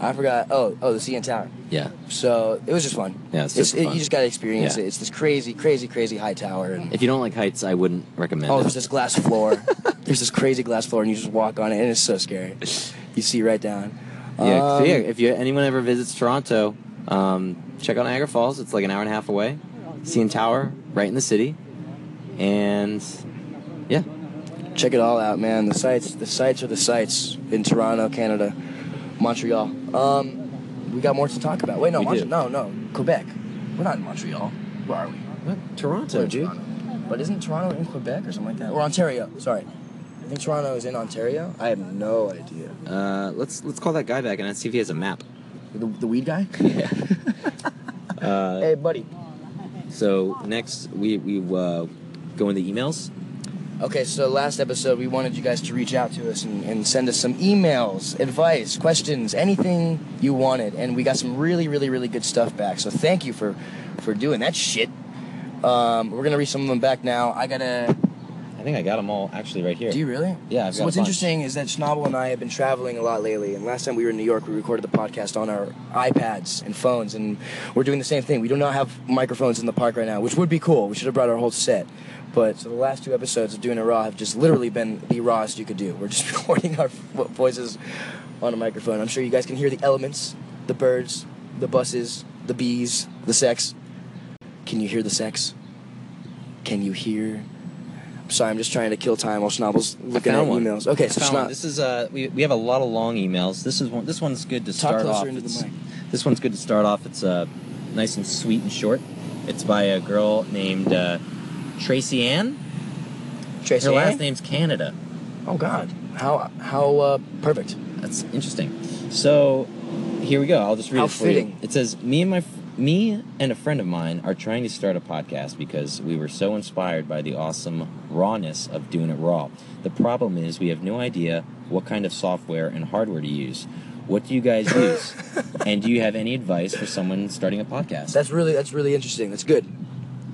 A: I forgot. Oh, oh, the CN Tower.
B: yeah.
A: So it was just fun.
B: Yeah, it's super
A: it,
B: fun.
A: You just gotta experience
B: Yeah.
A: it. It's this crazy, crazy, crazy high tower, and
B: If you don't like heights, I wouldn't recommend
A: oh,
B: it.
A: there's this glass floor. there's this crazy glass floor, and you just walk on it, and it's so scary. You see right down.
B: yeah, so
A: Um,
B: yeah, if you anyone ever visits Toronto, um, check out Niagara Falls. It's like an hour and a half away. CN Tower, right in the city, and yeah,
A: Check it all out, man. The sites, the sites are the sites in Toronto, Canada, Montreal. Um, we got more to talk about. Wait, no,
B: We
A: Mont-
B: do.
A: no, no, Quebec. We're not in Montreal. Where are we?
B: Toronto,
A: We're in Toronto. But isn't Toronto in Quebec or something like that? Or Ontario? Sorry, I think Toronto is in Ontario. I have no idea.
B: Uh, let's let's call that guy back and let's see if he has a map.
A: The, the weed guy?
B: Yeah. uh,
A: hey, buddy.
B: so next we we uh, go into emails.
A: Okay, so last episode we wanted you guys to reach out to us and, and send us some emails, advice, questions, anything you wanted, and we got some really, really, really good stuff back. So thank you for for doing that shit. Um, we're gonna read some of them back now. I gotta I
B: think I got them all actually right here.
A: Do you really?
B: Yeah, I've
A: so
B: got a
A: what's
B: bunch.
A: interesting is that Schnabel and I have been traveling a lot lately. And last time we were in New York, we recorded the podcast on our iPads and phones, and we're doing the same thing. We do not have microphones in the park right now, which would be cool. We should have brought our whole set. But so the last two episodes of doing it raw have just literally been the rawest you could do. We're just recording our vo- voices on a microphone. I'm sure you guys can hear the elements, the birds, the buses, the bees, the sex. Can you hear the sex? Can you hear? I'm sorry, I'm just trying to kill time while Schnabel's looking at
B: found one.
A: emails. Okay,
B: I
A: so
B: found
A: Schna-
B: one. this is uh, we, we have a lot of long emails. This is one. This one's good to
A: talk
B: start
A: closer
B: off.
A: into the
B: It's-
A: mic.
B: This one's good to start off. It's uh, nice and sweet and short. It's by a girl named uh, Tracy Ann.
A: Tracy
B: Her
A: Ann?
B: last name's Canada.
A: Oh God, how how uh, perfect.
B: That's interesting. So, here we go. I'll just read
A: How
B: it for you.
A: fitting.
B: It says, "Me and my f- me and a friend of mine are trying to start a podcast because we were so inspired by the awesome rawness of doing it raw. The problem is we have no idea what kind of software and hardware to use. What do you guys use? and do you have any advice for someone starting a podcast?"
A: That's really that's really interesting. That's good.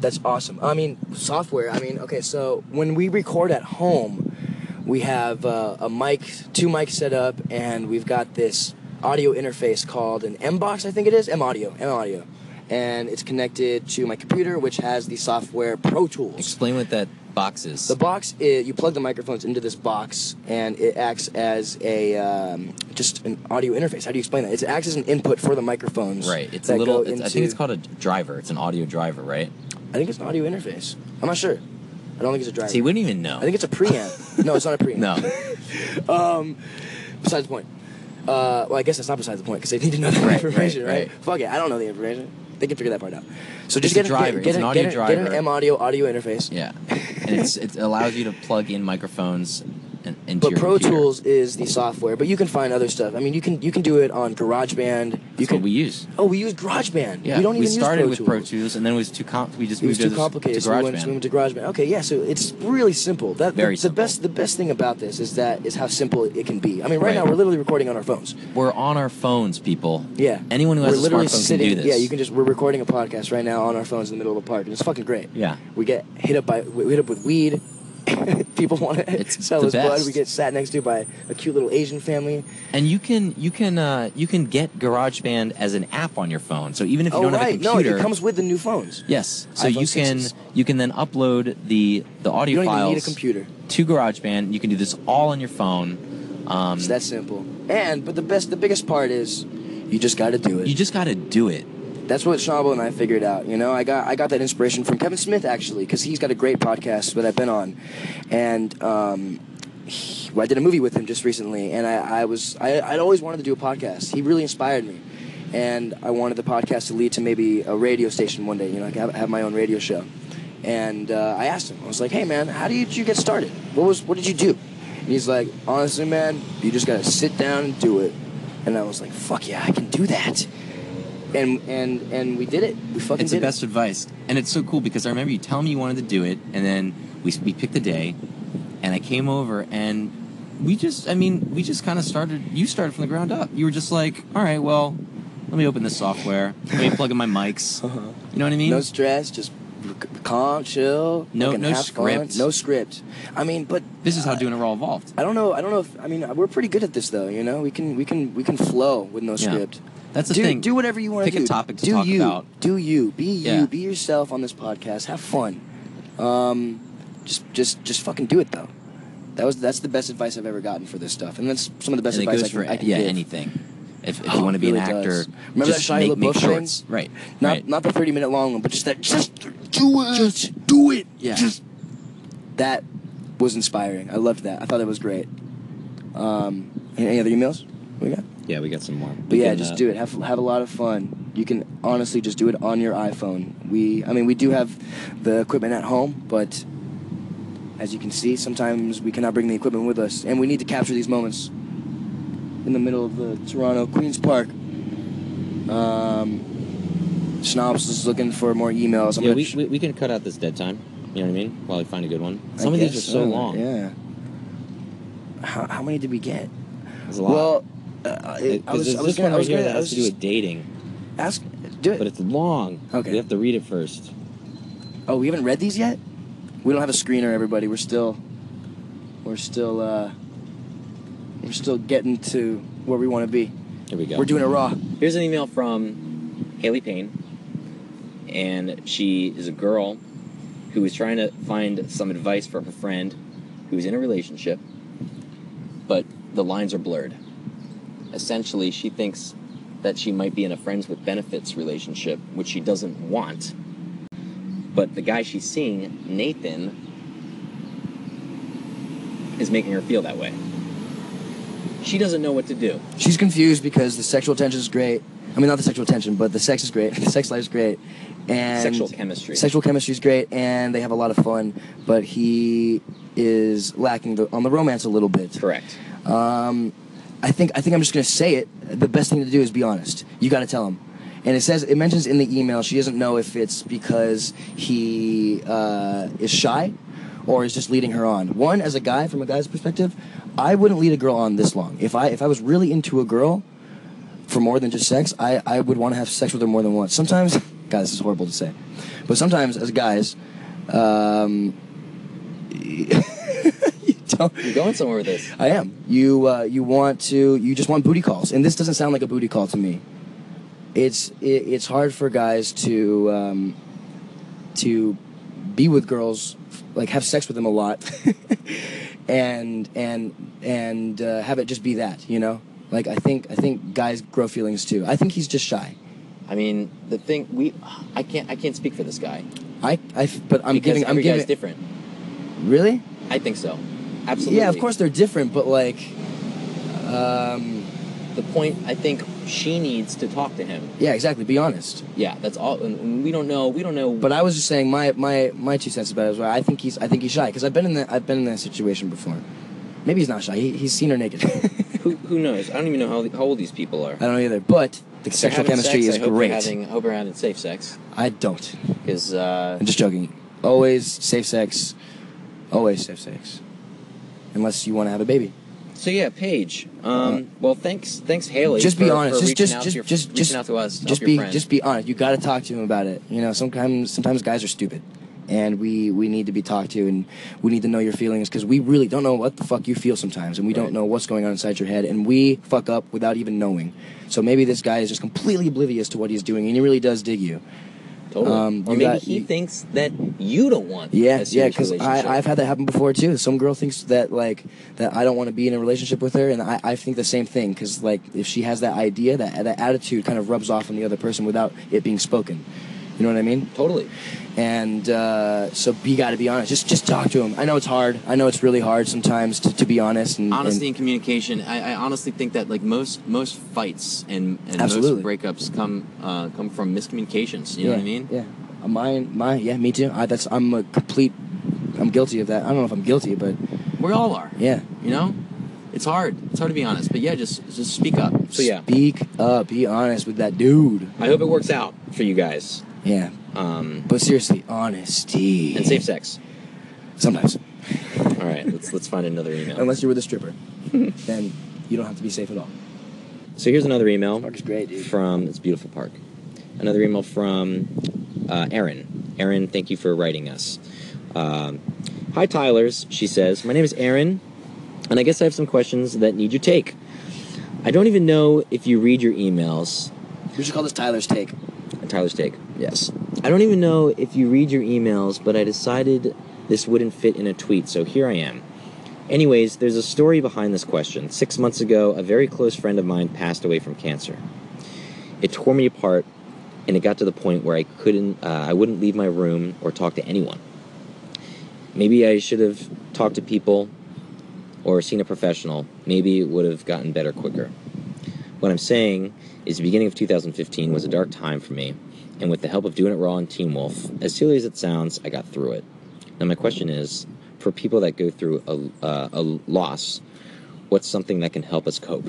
A: That's awesome. I mean, software. I mean, okay. So when we record at home, we have uh, a mic, two mics set up, and we've got this audio interface called an M box. I think it is M audio. M audio, and it's connected to my computer, which has the software Pro Tools.
E: Explain what that box is.
A: The box is you plug the microphones into this box, and it acts as a um, just an audio interface. How do you explain that? It acts as an input for the microphones.
E: right. It's
A: that
E: a
A: go
E: little. It's, I
A: into-
E: think it's called a driver. It's an audio driver, right?
A: I think it's an audio interface. I'm not sure. I don't think it's a driver.
E: See, we didn't even know.
A: I think it's a preamp. no, it's not a preamp.
E: no.
A: Besides the point. Uh, well, I guess that's not besides the point because they need to know the
E: Right,
A: information,
E: right,
A: right,
E: right.
A: Fuck it, I don't know the information. They can figure that part out. So just
E: It's a
A: get, a-
E: driver.
A: get, get
E: It's an
A: a-
E: audio
A: get, a- get an
E: driver.
A: M audio audio interface.
E: Yeah. And it's, it allows you to plug in microphones and, into
A: But
E: your
A: Pro
E: computer.
A: Tools is the software, but you can find other stuff. I mean, you can you can do it on GarageBand. You
E: That's
A: can
E: what we use.
A: oh, we use GarageBand.
E: Yeah.
A: we don't even
E: started
A: use
E: with Pro Tools, and then it was too com- We just
A: It was
E: moved
A: too
E: to,
A: complicated,
E: to
A: so we went, so we
E: GarageBand.
A: went to GarageBand. Okay, yeah, so it's really simple. That
E: Very
A: the, the
E: simple.
A: best the best thing about this is that is how simple it can be. I mean, right,
E: Right.
A: now we're literally recording on our phones.
E: We're on our phones, people.
A: Yeah,
E: Anyone who
A: we're
E: has a
A: literally
E: smartphone
A: sitting,
E: can do this.
A: Yeah, you can just we're recording a podcast right now on our phones in the middle of the park, and it's fucking great.
E: Yeah.
A: we get hit up by we hit up with weed. People want to
E: It's
A: sell
E: the
A: us blood.
E: best.
A: We get sat next to by a cute little Asian family.
E: And you can you can uh, you can get GarageBand as an app on your phone. So even if you
A: oh
E: don't have a
A: right, no,
E: computer,
A: it comes with the new phones.
E: yes. So
A: iPhone
E: you can
A: 6s.
E: you can then upload the the
A: you
E: audio
A: don't even
E: files
A: need a computer.
E: to GarageBand. You can do this all on your phone. Um,
A: It's that simple. And but the best, the biggest part is, you just got to do it.
E: you just got to do it.
A: That's what Shabo and I figured out. You know, I got I got that inspiration from Kevin Smith actually, because he's got a great podcast that I've been on, and um, he- well, I did a movie with him just recently, and I, I was I I'd always wanted to do a podcast. He really inspired me, and I wanted the podcast to lead to maybe a radio station one day. You know, like have, have my own radio show. And uh, I asked him, I was like, "Hey man, how did you get started? What was what did you do?" And he's like, "Honestly, man, you just gotta sit down and do it." And I was like, "Fuck yeah, I can do that." and and and we did it. We fucking
E: It's the
A: did
E: best advice, and it's so cool because I remember you telling me you wanted to do it, and then we we picked the day, and I came over and we just I mean we just kind of started. You started from the ground up. You were just like, all right, well, let me open this software. Let me plug in my mics.
A: it. Uh-huh.
E: You know what I mean?
A: No stress, just c- calm, chill.
E: No-
A: fucking
E: no
A: have fun.
E: script.
A: No script. I mean, but
E: this is how doing it raw evolved.
A: I don't know. I don't know if I mean we're pretty good at this though. You know, we can we can we can flow with no
E: Yeah.
A: script.
E: That's the
A: do,
E: thing.
A: Do whatever you want
E: Pick
A: to
E: a
A: do.
E: topic to
A: do
E: talk
A: you,
E: about.
A: Do you be
E: Yeah.
A: you be yourself on this podcast? Have fun. Um, just just just fucking do it though. That was that's the best advice I've ever gotten for this stuff, and that's some of the best
E: and it
A: advice I
E: goes
A: can,
E: for
A: I can
E: yeah
A: give.
E: anything. If, if
A: Oh,
E: you want to
A: it
E: be an
A: really
E: actor,
A: does. Remember
E: just
A: that Shia
E: make, make
A: LaBeouf thing?
E: shorts, right?
A: Not
E: right.
A: not the thirty minute long one, but just that. Just do it. Just do it.
E: Yeah.
A: Just that was inspiring. I loved that. I thought it was great. Um, any any other emails? We got.
B: yeah, we uh, got some more.
A: But yeah, just do it. Have have a lot of fun. You can honestly just do it on your iPhone. We, I mean, we do have the equipment at home, but as you can see, sometimes we cannot bring the equipment with us, and we need to capture these moments in the middle of the Toronto Queens Park. Um, Schnapps is looking for more emails. I'm
B: Yeah,
A: gonna
B: we,
A: tr-
B: we, we can cut out this dead time. You know what I mean? While we find a good one.
A: I
B: Some of these
A: guess uh,
B: are so long.
A: Yeah. How, how many did we get?
B: There's a lot.
A: Well, uh, I, I
B: Because
A: was,
B: there's
A: I was
B: this one
A: gonna, I
B: right
A: was
B: here
A: gonna,
B: that
A: I
B: has
A: was
B: to do
A: just
B: with dating,
A: ask, do it.
B: but it's long.
A: Okay.
B: We have to read it first.
A: Oh, we haven't read these yet? we don't have a screener. Everybody, we're still, we're still, uh, we're still getting to where we want to be.
B: Here we go.
A: We're doing it raw.
B: Here's an email from Haley Payne, and she is a girl who is trying to find some advice for her friend who's in a relationship, but the lines are blurred. Essentially, she thinks that she might be in a friends with benefits relationship, which she doesn't want. But the guy she's seeing, Nathan, is making her feel that way. She doesn't know what to do.
A: She's confused because the sexual tension is great. I mean, not the sexual tension, but the sex is great. The sex life is great, and
B: Sexual chemistry.
A: Sexual chemistry is great, and they have a lot of fun. But he is lacking the, on the romance a little bit.
B: Correct.
A: Um, I think I think I'm just gonna say it. The best thing to do is be honest. You got to tell him. And it says it mentions in the email she doesn't know if it's because he uh, is shy or is just leading her on. One, as a guy, from a guy's perspective, I wouldn't lead a girl on this long. If I if I was really into a girl for more than just sex, I, I would want to have sex with her more than once. Sometimes, God, this is horrible to say, but sometimes as guys, um, you don't.
B: You're going somewhere with this.
A: I am. You uh, you want to you just want booty calls, and this doesn't sound like a booty call to me. It's it, it's hard for guys to um, to be with girls, like have sex with them a lot, and and and uh, have it just be that, you know. Like I think I think guys grow feelings too. I think he's just shy.
B: I mean, the thing we, I can't, I can't speak for this guy.
A: I, I f- but I'm
B: because
A: giving I'm
B: every
A: giving
B: guy's different.
A: really.
B: I think so. Absolutely.
A: Yeah, of course they're different, but like, um,
B: The point I think she needs to talk to him.
A: yeah, exactly. Be honest.
B: Yeah, that's all. And and we don't know. We don't know.
A: But I was just saying my my my two cents about it as well. I think he's I think he's shy because I've been in that I've been in that situation before. Maybe he's not shy. He, he's seen her naked. I
B: who, who knows? I don't even know how, how old these people are.
A: don't know either. But the
B: They're
A: Uh, sexual
B: having
A: chemistry is
B: sex, I hope they're
A: great.
B: Having, hope they're having safe sex.
A: I don't.
B: Because uh,
A: I'm just joking. Always safe sex. Always safe sex. Unless you want to have a baby.
B: so yeah, Paige. Um, well, thanks, thanks Haley.
A: Uh, just be
B: for-
A: honest. just
B: for reaching
A: just
B: out to
A: just
B: your-
A: just
B: reaching
A: just
B: out to us. to
A: Just
B: help your
A: be
B: friend.
A: just be honest. You got to talk to him about it. You know, sometimes sometimes guys are stupid, and we we need to be talked to, and we need to know your feelings because we really don't know what the fuck you feel sometimes, and we
B: Right.
A: don't know what's going on inside your head, and we fuck up without even knowing. So maybe this guy is just completely oblivious to what he's doing, and he really does dig you.
B: Totally.
A: um,
B: or
A: you
B: maybe
A: got-
B: he
A: you-
B: thinks that you don't want.
A: Yeah,
B: a
A: yeah,
B: serious
A: because
B: relationship.
A: I've had that happen before too. Some girl thinks that like that I don't want to be in a relationship with her, and I, I think the same thing. Because like if she has that idea, that that attitude kind of rubs off on the other person without it being spoken. You know what I mean?
B: Totally.
A: And uh, so you got to be honest. Just just talk to him. I know it's hard. I know it's really hard sometimes to, to be honest. And, and-
J: Honesty and communication. I, I honestly think that like most most fights and, and most
A: Absolutely.
J: breakups come uh, come from miscommunications. You know
A: yeah,
J: what I mean?
A: Yeah. Uh, Mine, my, yeah, me too. I, that's I'm a complete. I'm guilty of that. I don't know if I'm guilty, but
J: We all are.
A: yeah.
J: You know, it's hard. It's hard to be honest. But yeah, just just speak up.
B: So yeah,
A: Speak up. Be honest with that dude.
B: I hope it works out for you guys.
A: Yeah.
B: Um,
A: But seriously, honesty.
B: and safe sex.
A: Sometimes.
B: All right, let's let's find another email.
A: Unless you're with a stripper, then you don't have to be safe at all.
B: So here's another email
A: Park's great, dude.
B: from it's a beautiful park. Another email from uh, Erin. Erin, thank you for writing us. Um, Hi, Tyler's. She says, "My name is Erin, and I guess I have some questions that need your take. I don't even know if you read your emails.
A: We should call this Tyler's take.
B: Tyler's take. Yes. I don't even know if you read your emails, but I decided this wouldn't fit in a tweet, so here I am. Anyways, there's a story behind this question. Six months ago, a very close friend of mine passed away from cancer. It tore me apart, and it got to the point where I couldn't, uh, I wouldn't leave my room or talk to anyone. Maybe I should have talked to people or seen a professional. Maybe it would have gotten better quicker. What I'm saying is the beginning of 2015 was a dark time for me, and with the help of Doing It Raw and Team Wolf, as silly as it sounds, I got through it. Now, my question is for people that go through a, uh, a loss, what's something that can help us cope?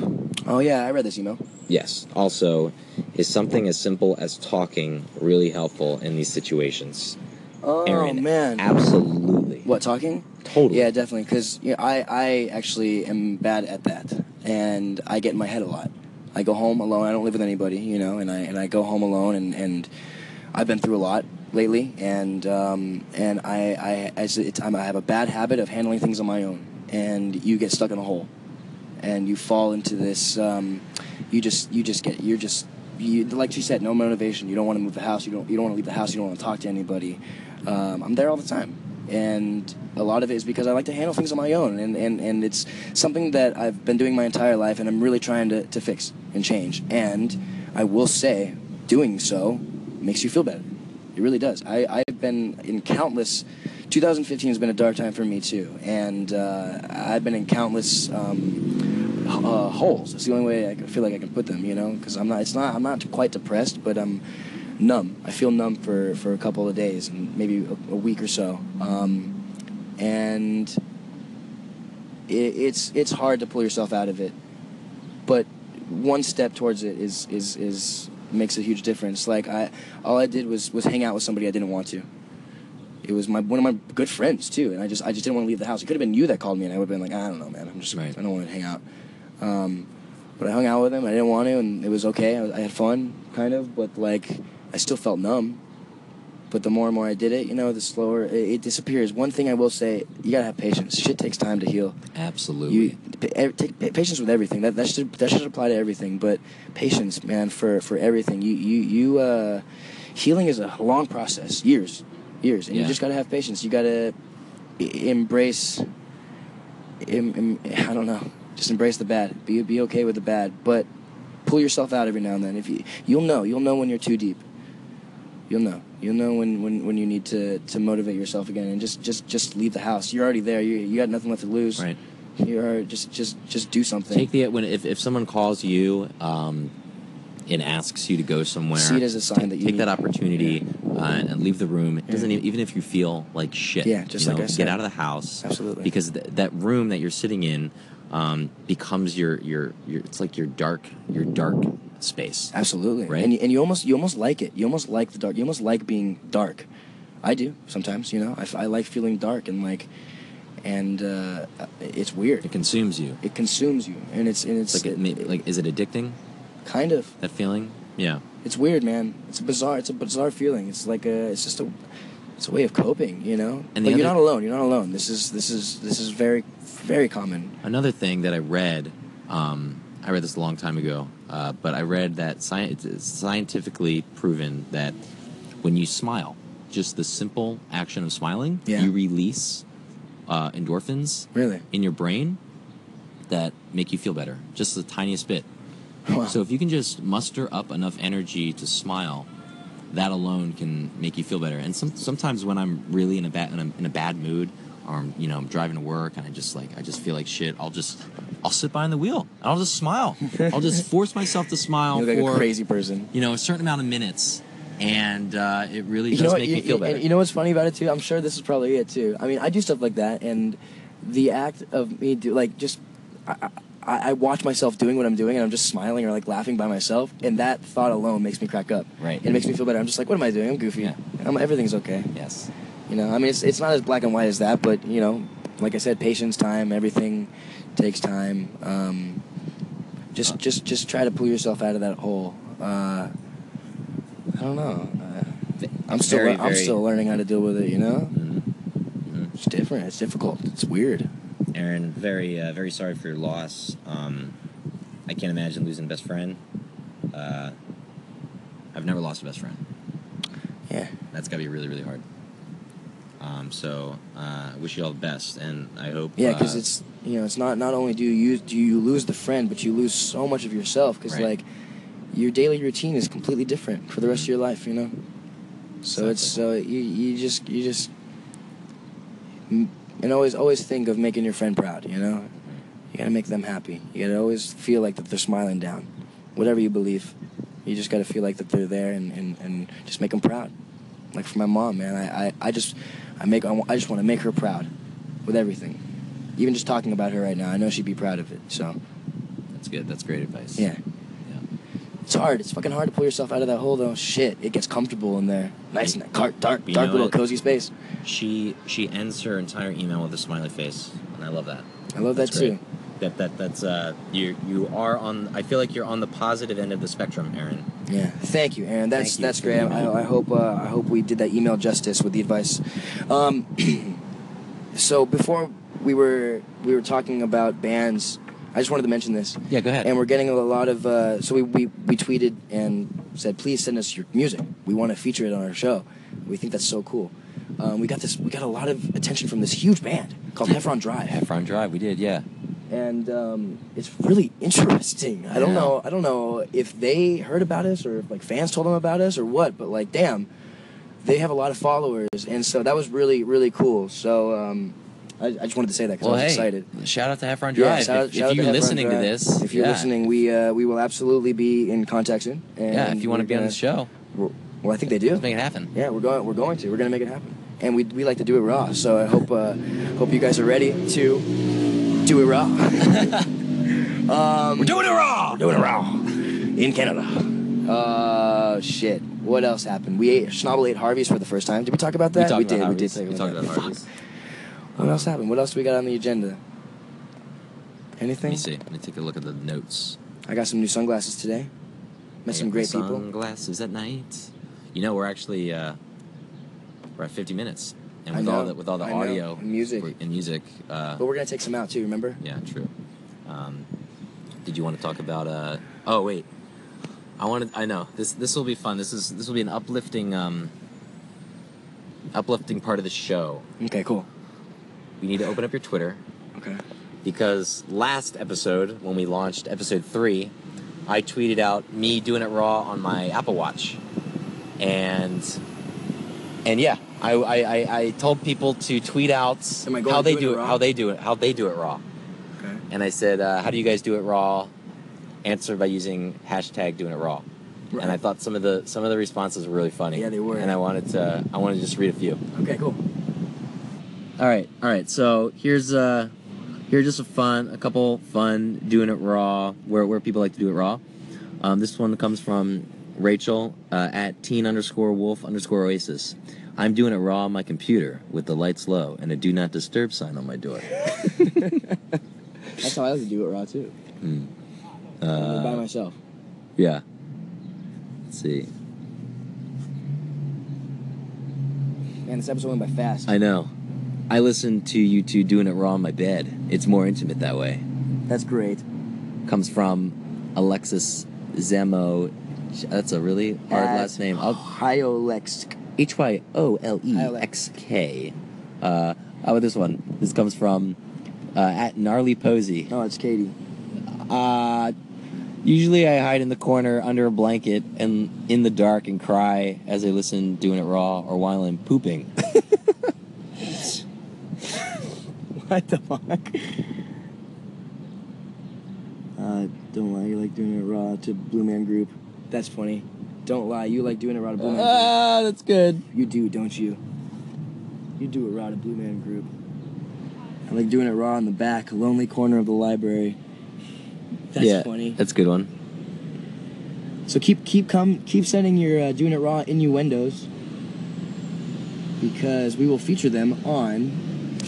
A: Oh yeah, I read this email.
B: Yes. Also, is something as simple as talking really helpful in these situations?
A: Oh
B: Erin,
A: man.
B: Absolutely.
A: What talking?
B: Totally.
A: Yeah, definitely. Because you know, I I actually am bad at that, and I get in my head a lot. I go home alone. I don't live with anybody, you know, and I and I go home alone, and and I've been through a lot lately, and um, and I, I as it's, I'm, I have a bad habit of handling things on my own, and you get stuck in a hole, and you fall into this. Um, you just you just get you're just you like she said, no motivation. You don't want to move the house. You don't you don't want to leave the house. You don't want to talk to anybody. Um, I'm there all the time, and a lot of it is because I like to handle things on my own, and and, and it's something that I've been doing my entire life, and I'm really trying to, to fix and change. And I will say, doing so makes you feel better. It really does. I, I've been in countless. 2015 has been a dark time for me too, and uh, I've been in countless um, h- uh, holes. It's the only way I can- feel like I can put them, you know, because I'm not. It's not. I'm not quite depressed, but I'm numb. I feel numb for for a couple of days and maybe a, a week or so, um, and it, it's it's hard to pull yourself out of it but one step towards it is is is makes a huge difference. Like I, all I did was was hang out with somebody I didn't want to. It was my one of my good friends too, and I just I just didn't want to leave the house. It could have been you that called me, and I would have been like, I don't know, man. I'm just
B: Right.
A: I don't want to hang out. Um, but I hung out with him. I didn't want to, and it was okay. I, was- I had fun, kind of, but like I still felt numb. But the more and more I did it, you know, the slower it, it disappears. One thing I will say, you gotta have patience. Shit takes time to heal.
B: Absolutely.
A: You pa- ev- take pa- patience with everything. That that should that should apply to everything. But patience, man, for for everything. You you you uh, healing is a long process, years, years, and you
B: Yeah.
A: just gotta have patience. You gotta e- embrace. Em, em, I don't know. Just embrace the bad. Be be okay with the bad, but pull yourself out every now and then. If you you'll know you'll know when you're too deep. You'll know. You'll know when, when, when you need to, to motivate yourself again and just, just, just leave the house. You're already there. You, you got nothing left to lose
B: right.
A: you are just just just do something
B: Take the when if, if someone calls you um, and asks you to go somewhere,
A: see it as a sign that you
B: take
A: need-
B: that opportunity uh, and leave the room. It doesn't e-, even, even if you feel like shit.
A: Yeah, just
B: you
A: like
B: know,
A: I said.
B: get out of the house.
A: Absolutely.
B: because th- that room that you're sitting in um, becomes your, your your it's like your dark your dark space.
A: absolutely
B: Right.
A: and, you- and you almost you almost like it you almost like the dark you almost like being dark i do sometimes you know i, f- I like feeling dark and like and uh, it's weird
B: It consumes you.
A: it consumes you and it's and it's,
B: It's like it, ma- like is it addicting?
A: kind of
B: That feeling? Yeah.
A: it's weird man it's bizarre it's a bizarre feeling it's like a it's just a it's a way of coping you know
B: And the
A: but you're not
B: other-
A: alone you're not alone this is this is this is very very common
B: Another thing that I read, um, I read this a long time ago, uh, but I read that sci- it's scientifically proven that when you smile, just the simple action of smiling,
A: Yeah.
B: you release uh, endorphins
A: really
B: in your brain that make you feel better, just the tiniest bit.
A: wow.
B: So if you can just muster up enough energy to smile, that alone can make you feel better. And some, sometimes when I'm really in a bad in a, in a bad mood, or I'm, you know I'm driving to work and I just like I just feel like shit, I'll just I'll sit behind the wheel and I'll just smile. I'll just force myself to smile
A: you look
B: for
A: like a crazy person
B: you know a certain amount of minutes, and uh, it really
A: you know
B: does
A: what,
B: make
A: you,
B: me feel
A: you-
B: better.
A: And you know what's funny about it too? I'm sure this is probably it too. I mean, I do stuff like that, and the act of me do like just I, I, I watch myself doing what I'm doing, and I'm just smiling or like laughing by myself, and that thought alone makes me crack up.
B: Right.
A: And it makes me feel better. I'm just like, what am I doing? I'm goofy.
B: Yeah.
A: I'm, everything's okay.
B: yes.
A: You know, I mean, it's it's not as black and white as that, but you know, like I said, patience, time, everything takes time. Um, just just just try to pull yourself out of that hole. Uh, I don't know. Uh, I'm still
E: Very,
A: I'm
E: very-
A: still learning how to deal with it. You know,
E: Mhm.
A: it's different. It's difficult. It's weird.
E: Aaron, very uh, very sorry for your loss. Um, I can't imagine losing a best friend. Uh, I've never lost a best friend.
A: Yeah.
E: That's got to be really really hard. Um, so uh, I wish you all the best, and I hope
A: Yeah, because
E: uh,
A: it's you know, it's not not only do you do you lose the friend, but you lose so much of yourself. Because
E: Right.
A: like your daily routine is completely different for the rest of your life. You know, so it's so you you just you just m- and always always think of making your friend proud. You know, you gotta make them happy. You gotta always feel like that they're smiling down, whatever you believe. You just gotta feel like that they're there and and, and just make them proud. Like for my mom, man, I I, I just I make I, wa- I just want to make her proud with everything. Even just talking about her right now, I know she'd be proud of it. So,
B: That's good. That's great advice.
A: yeah.
B: Yeah.
A: It's hard. It's fucking hard to pull yourself out of that hole, though. Shit, it gets comfortable in there. Nice and dark, dark,
E: You
A: dark
E: know
A: little
E: it.
A: cozy space.
E: she she ends her entire email with a smiley face, and I love that.
A: I love that
E: That's
A: too.
E: great.
B: that that that's uh, you you are on. I feel like you're on the positive end of the spectrum, Aaron.
A: Yeah. Thank you, Aaron. That's
B: Thank you.
A: that's great. I, I hope uh, I hope we did that email justice with the advice. Um, so before we were we were talking about bands. I just wanted to mention this,
B: Yeah, go ahead.
A: and we're getting a lot of. Uh, so we, we we tweeted and said, please send us your music. We want to feature it on our show. We think that's so cool. Um, we got this. We got a lot of attention from this huge band called Heffron Drive
B: Heffron Drive, we did, yeah.
A: and um, it's really interesting. I don't
B: Yeah.
A: know. I don't know if they heard about us or if like fans told them about us or what, but like, damn, they have a lot of followers, and so that was really really cool. So um, I, I just wanted to say that because
B: Well,
A: I was
B: hey,
A: excited.
B: shout out to Heffron Drive.
A: Yeah,
B: if
A: shout out-
B: if
A: shout out
B: you're
A: Heffron
B: listening to
A: Drive.
B: this,
A: if you're
B: yeah.
A: listening, we uh, we will absolutely be in contact soon. And
B: yeah, if you want to
A: we're
B: be on
A: gonna-
B: the show,
A: we're- well, I think they do.
B: let's make it happen.
A: Yeah, we're going. We're going to. We're gonna make it happen, and we we like to do it raw. So I hope uh, hope you guys are ready to do it raw. um, we're doing it raw. We're doing it raw in Canada. Uh, shit. What else happened? We ate Schnabel ate Harvey's for the first time. Did we talk about that?
B: talked
A: did.
B: about
A: we did.
B: Harvey's.
A: Talk
B: We
A: about
B: talked
A: that.
B: about Harvey's.
A: What else happened? What else do we got on the agenda?
B: Let
A: Anything?
B: me see. Let me take a look at the notes.
A: I got some new sunglasses today. Met
B: I
A: some
B: got
A: great
B: my
A: people.
B: Sunglasses at night. You know, we're actually uh, we're at 50 minutes, and
A: I
B: with all
A: know,
B: the with all the
A: I know,
B: audio
A: and music.
B: we're- and music. Uh,
A: But we're gonna take some out too. Remember?
B: yeah, true. Um, did you want to talk about? Uh, oh wait, I wanted. I know this. This will be fun. This is this will be an uplifting um, uplifting part of the show.
A: Okay. Cool.
B: We need to open up your Twitter
A: Okay.
B: because last episode, when we launched episode three, I tweeted out me doing it raw on my Apple Watch, and and yeah, I I, I, I told people to tweet out
A: Am I going
B: how they
A: doing it
B: do it,
A: raw?
B: how they do it, how they do it raw,
A: Okay.
B: and I said, uh, how do you guys do it raw? Answer by using hashtag doing it raw.
A: Right.
B: And I thought some of the some of the responses were really funny.
A: Yeah, they were.
B: And I wanted to I wanted to just read a few.
A: Okay. Cool.
B: All right, all right. So here's uh here's just a fun, a couple fun doing it raw where where people like to do it raw. Um, this one comes from Rachel uh, at teen underscore wolf underscore oasis. I'm doing it raw on my computer with the lights low and a do not disturb sign on my door.
A: That's how I like to do it raw too.
B: Hmm. Uh,
A: by myself.
B: Yeah. Let's see.
A: Man, this episode went by fast.
B: I know. I listen to you two doing it raw on my bed. It's more intimate that way.
A: That's great.
B: comes from Alexis Zemo. That's a really hard
A: At
B: last name.
A: Hyolexk.
B: H Y O L E X K. Uh, how about this one? This comes from uh, at Gnarly Posey.
A: No, it's Katie.
B: Uh, usually I hide in the corner under a blanket and in the dark and cry as I listen doing it raw or while I'm pooping.
A: What the fuck? Uh, don't lie, you like doing it raw to Blue Man Group. That's funny. Don't lie, you like doing it raw to Blue Man
B: ah, that's good.
A: Group. You do, don't you? You do it raw to Blue Man Group. I like doing it raw in the back, lonely corner of the library. That's
B: yeah,
A: funny.
B: That's a good one.
A: So keep keep come keep sending your uh, doing it raw innuendos because we will feature them on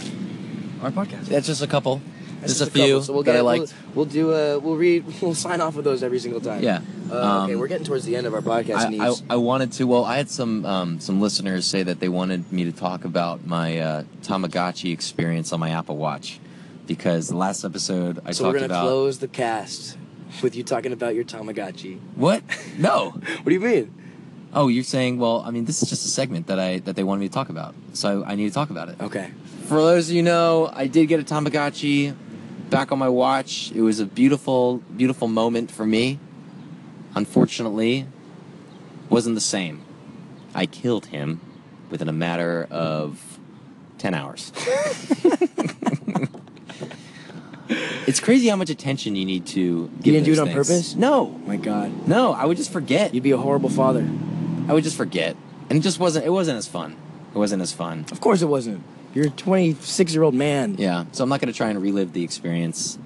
A: our podcast.
B: That's just a couple.
A: That's
B: Just, a few
A: couple. So we'll
B: that
A: get
B: I
A: we'll-
B: liked.
A: We'll, do a we'll read we'll sign off with those every single time.
B: Yeah.
A: Uh, okay,
B: Um,
A: we're getting towards the end of our podcast.
B: I, I,
A: needs.
B: I wanted to. Well, I had some um, some listeners say that they wanted me to talk about my uh, Tamagotchi experience on my Apple Watch because the last episode I
A: so we're
B: talked
A: gonna
B: about
A: close the cast with you talking about your Tamagotchi.
B: what? No.
A: What do you mean?
B: Oh, you're saying? Well, I mean, this is just a segment that I that they wanted me to talk about, so I need to talk about it.
A: Okay.
B: For those of you know, I did get a Tamagotchi back on my watch. It was a beautiful, beautiful moment for me. Unfortunately, wasn't the same. I killed him within a matter of 10 hours. it's crazy how much attention you need to give
A: didn't do
B: those
A: it on
B: things.
A: purpose?
B: No.
A: My God,
B: No, I would just forget.
A: you'd be a horrible father.
B: I would just forget. And it just wasn't it wasn't as fun. It wasn't as fun.
A: Of course it wasn't. You're a 26 year old man.
B: Yeah, so I'm not gonna try and relive the experience.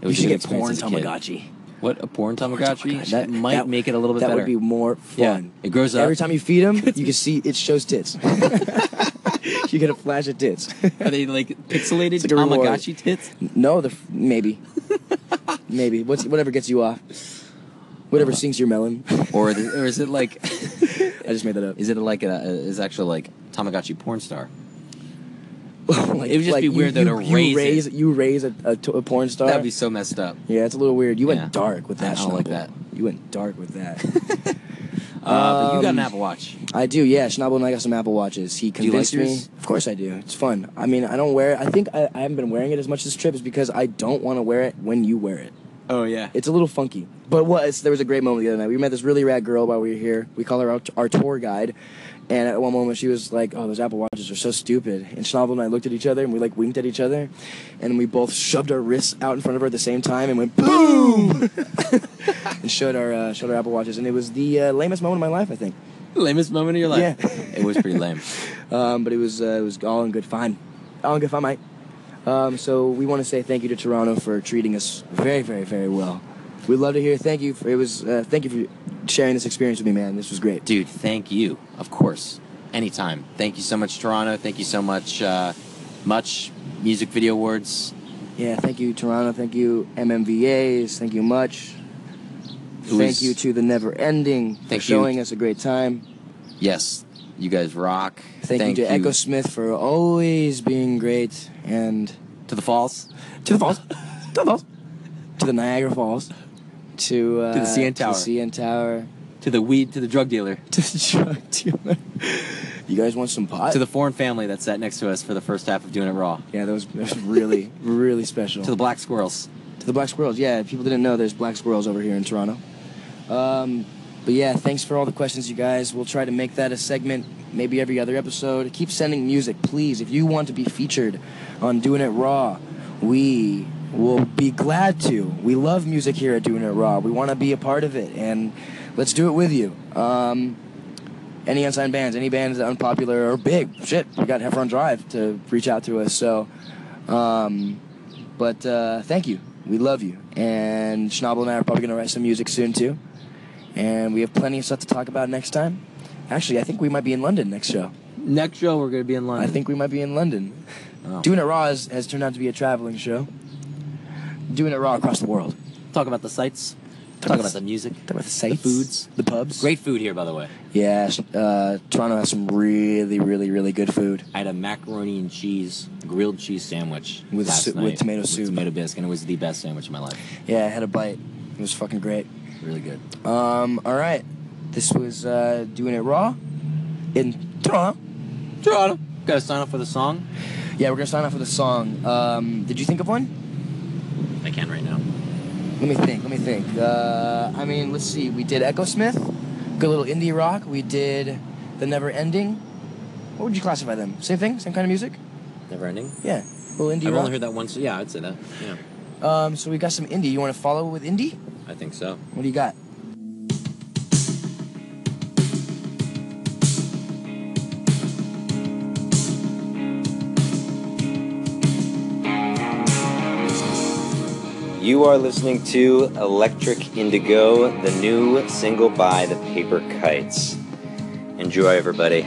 B: It
A: You
B: was a
A: should
B: good
A: get porn
B: experience as a kid.
A: Tamagotchi.
B: What a porn
A: Porn
B: Tamagotchi? That might
A: That-
B: make it a little bit
A: That
B: better.
A: would be more fun.
B: Yeah, it grows up.
A: Every time you feed him, you can see it shows tits. you get a flash of tits.
B: Are they like pixelated
A: It's like a reward.
B: Tamagotchi tits?
A: No, the f- maybe. Maybe. What's, whatever gets you off. Whatever
B: Uh-huh.
A: sinks your melon.
B: or, the, or is it like
A: I just made that up.
B: is it like a, is actually like Tamagotchi porn star?
A: Like-
B: It would just
A: like
B: be weird, though, to raise it.
A: you raise you raise a, a, to- a porn star.
B: That'd be so messed up.
A: yeah, it's a little weird. You went
B: Yeah.
A: dark with
B: I
A: that.
B: don't like
A: Schnabel.
B: that.
A: You went dark with that.
B: Uh, but you got
A: Um,
B: an Apple Watch.
A: I do, yeah. Schnabel and I got some Apple Watches. He
B: Do you like
A: convinced me.
B: yours?
A: Of course I do. It's fun. I mean, I don't wear it. I think I, I haven't been wearing it as much this trip is because I don't want to wear it when you wear it.
B: Oh yeah.
A: It's a little funky. But what? It's, there was a great moment the other night. We met this really rad girl while we were here. We call her our, our tour guide. And at one moment, she was like, "Oh, those Apple Watches are so stupid." And Schnabel and I looked at each other, and we like winked at each other, and we both shoved our wrists out in front of her at the same time and went boom, and showed our uh, showed our Apple Watches, and it was the uh, lamest moment of my life, I think.
B: Lamest moment of your life.
A: Yeah.
B: it was pretty lame.
A: Um, but it was uh, it was all in good fun, all in good fun, mate. Um, so we want to say thank you to Toronto for treating us very, very, very well. We'd love to hear. Thank you. For, it was uh, thank you for sharing this experience with me, man. This was great.
B: Dude, thank you. Of course. Anytime. Thank you so much, Toronto. Thank you so much, uh, Much Music Video Awards.
A: Yeah, thank you, Toronto. Thank you, MMVAs. Thank you much.
B: It
A: Thank
B: was-
A: you to the Never Ending for
B: Thank you.
A: showing us a great time.
B: Yes, you guys rock.
A: Thank, you to Echo Smith for always being great, and
B: to the Falls.
A: to the falls, to the falls, to the Niagara Falls, to uh,
B: To the CN Tower.
A: to the CN Tower.
B: To the weed, to the drug dealer,
A: to the drug dealer. You guys want some pot?
B: to the foreign family that sat next to us for the first half of Doing It Raw,
A: yeah, that was, that was really, really special.
B: to the black squirrels.
A: To the black squirrels. Yeah, if people didn't know, there's black squirrels over here in Toronto. Um, but yeah, thanks for all the questions, you guys. We'll try to make that a segment, maybe every other episode. Keep sending music, please. If you want to be featured on Doing It Raw, we will be glad to. We love music here at Doing It Raw. We want to be a part of it, and let's do it with you. Um, any unsigned bands, any bands that are unpopular or big, shit, we got Heffron Drive to reach out to us. So, um, but uh, thank you. We love you. And Schnabel and I are probably going to write some music soon, too. And we have plenty of stuff to talk about next time. Actually, I think we might be in London next show.
B: Next show, we're gonna be in
A: I
B: London.
A: think we might be in London.
B: Oh.
A: Doing It Raw has, has turned out to be a traveling show. Doing It Raw across the world.
B: Talk about the sights. Talk,
A: about
B: about
A: the-
B: the music.
A: Talk about the sites,
B: foods.
A: the pubs.
B: Great food here, by the way.
A: Yeah, uh, Toronto has some really, really, really good food.
B: I had a macaroni and cheese grilled cheese sandwich
A: With
B: last
A: soup- with
B: night
A: tomato soup.
B: tomato bisque, and it was the best sandwich of my life.
A: Yeah, I had a bite. It was fucking great.
B: Really good.
A: Um, all right. This was uh, Doing It Raw in Toronto.
B: Toronto, gotta sign off with a song.
A: Yeah, we're going to sign off with a song. Um, did you think of one?
B: I can right now.
A: Let me think. Let me think. Uh, I mean, let's see. We did Echo Smith, good little indie rock. We did The Never Ending. What would you classify them? Same thing? Same kind of music?
B: Never ending.
A: Yeah. Little indie
B: I've
A: rock.
B: only heard that once. Yeah, I'd say that. Yeah,
A: Um, so we got some indie. You want to follow with indie?
B: I think so.
A: What do you got?
K: You are listening to Electric Indigo, the new single by The Paper Kites. Enjoy, everybody.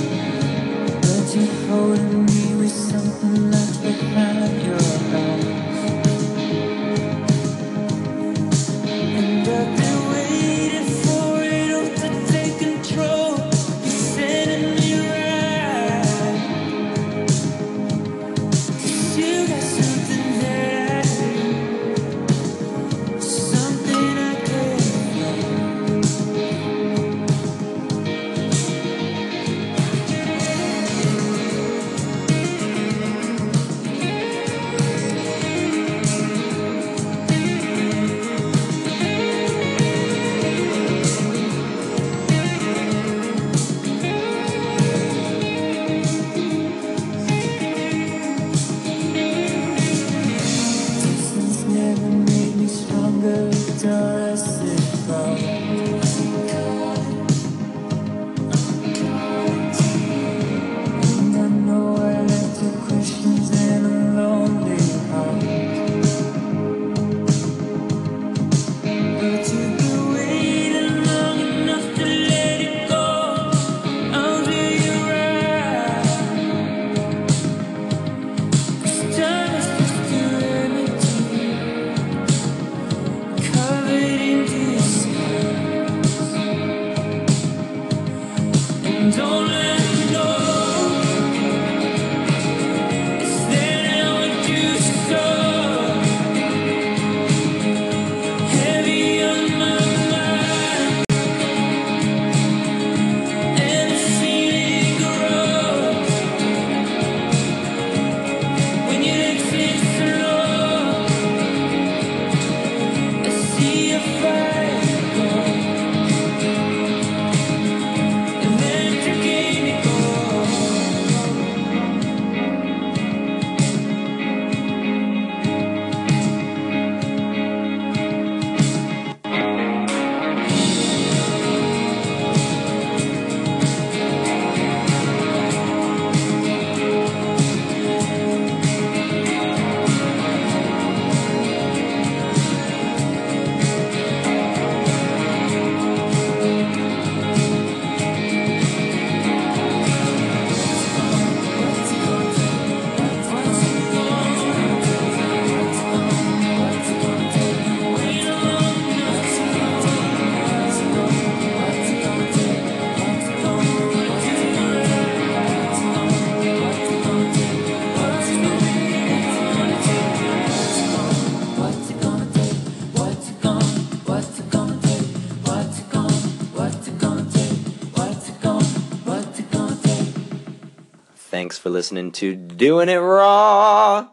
L: But you're holding me with something left behind your eyes. And
B: Thanks for listening to Doing It Raw.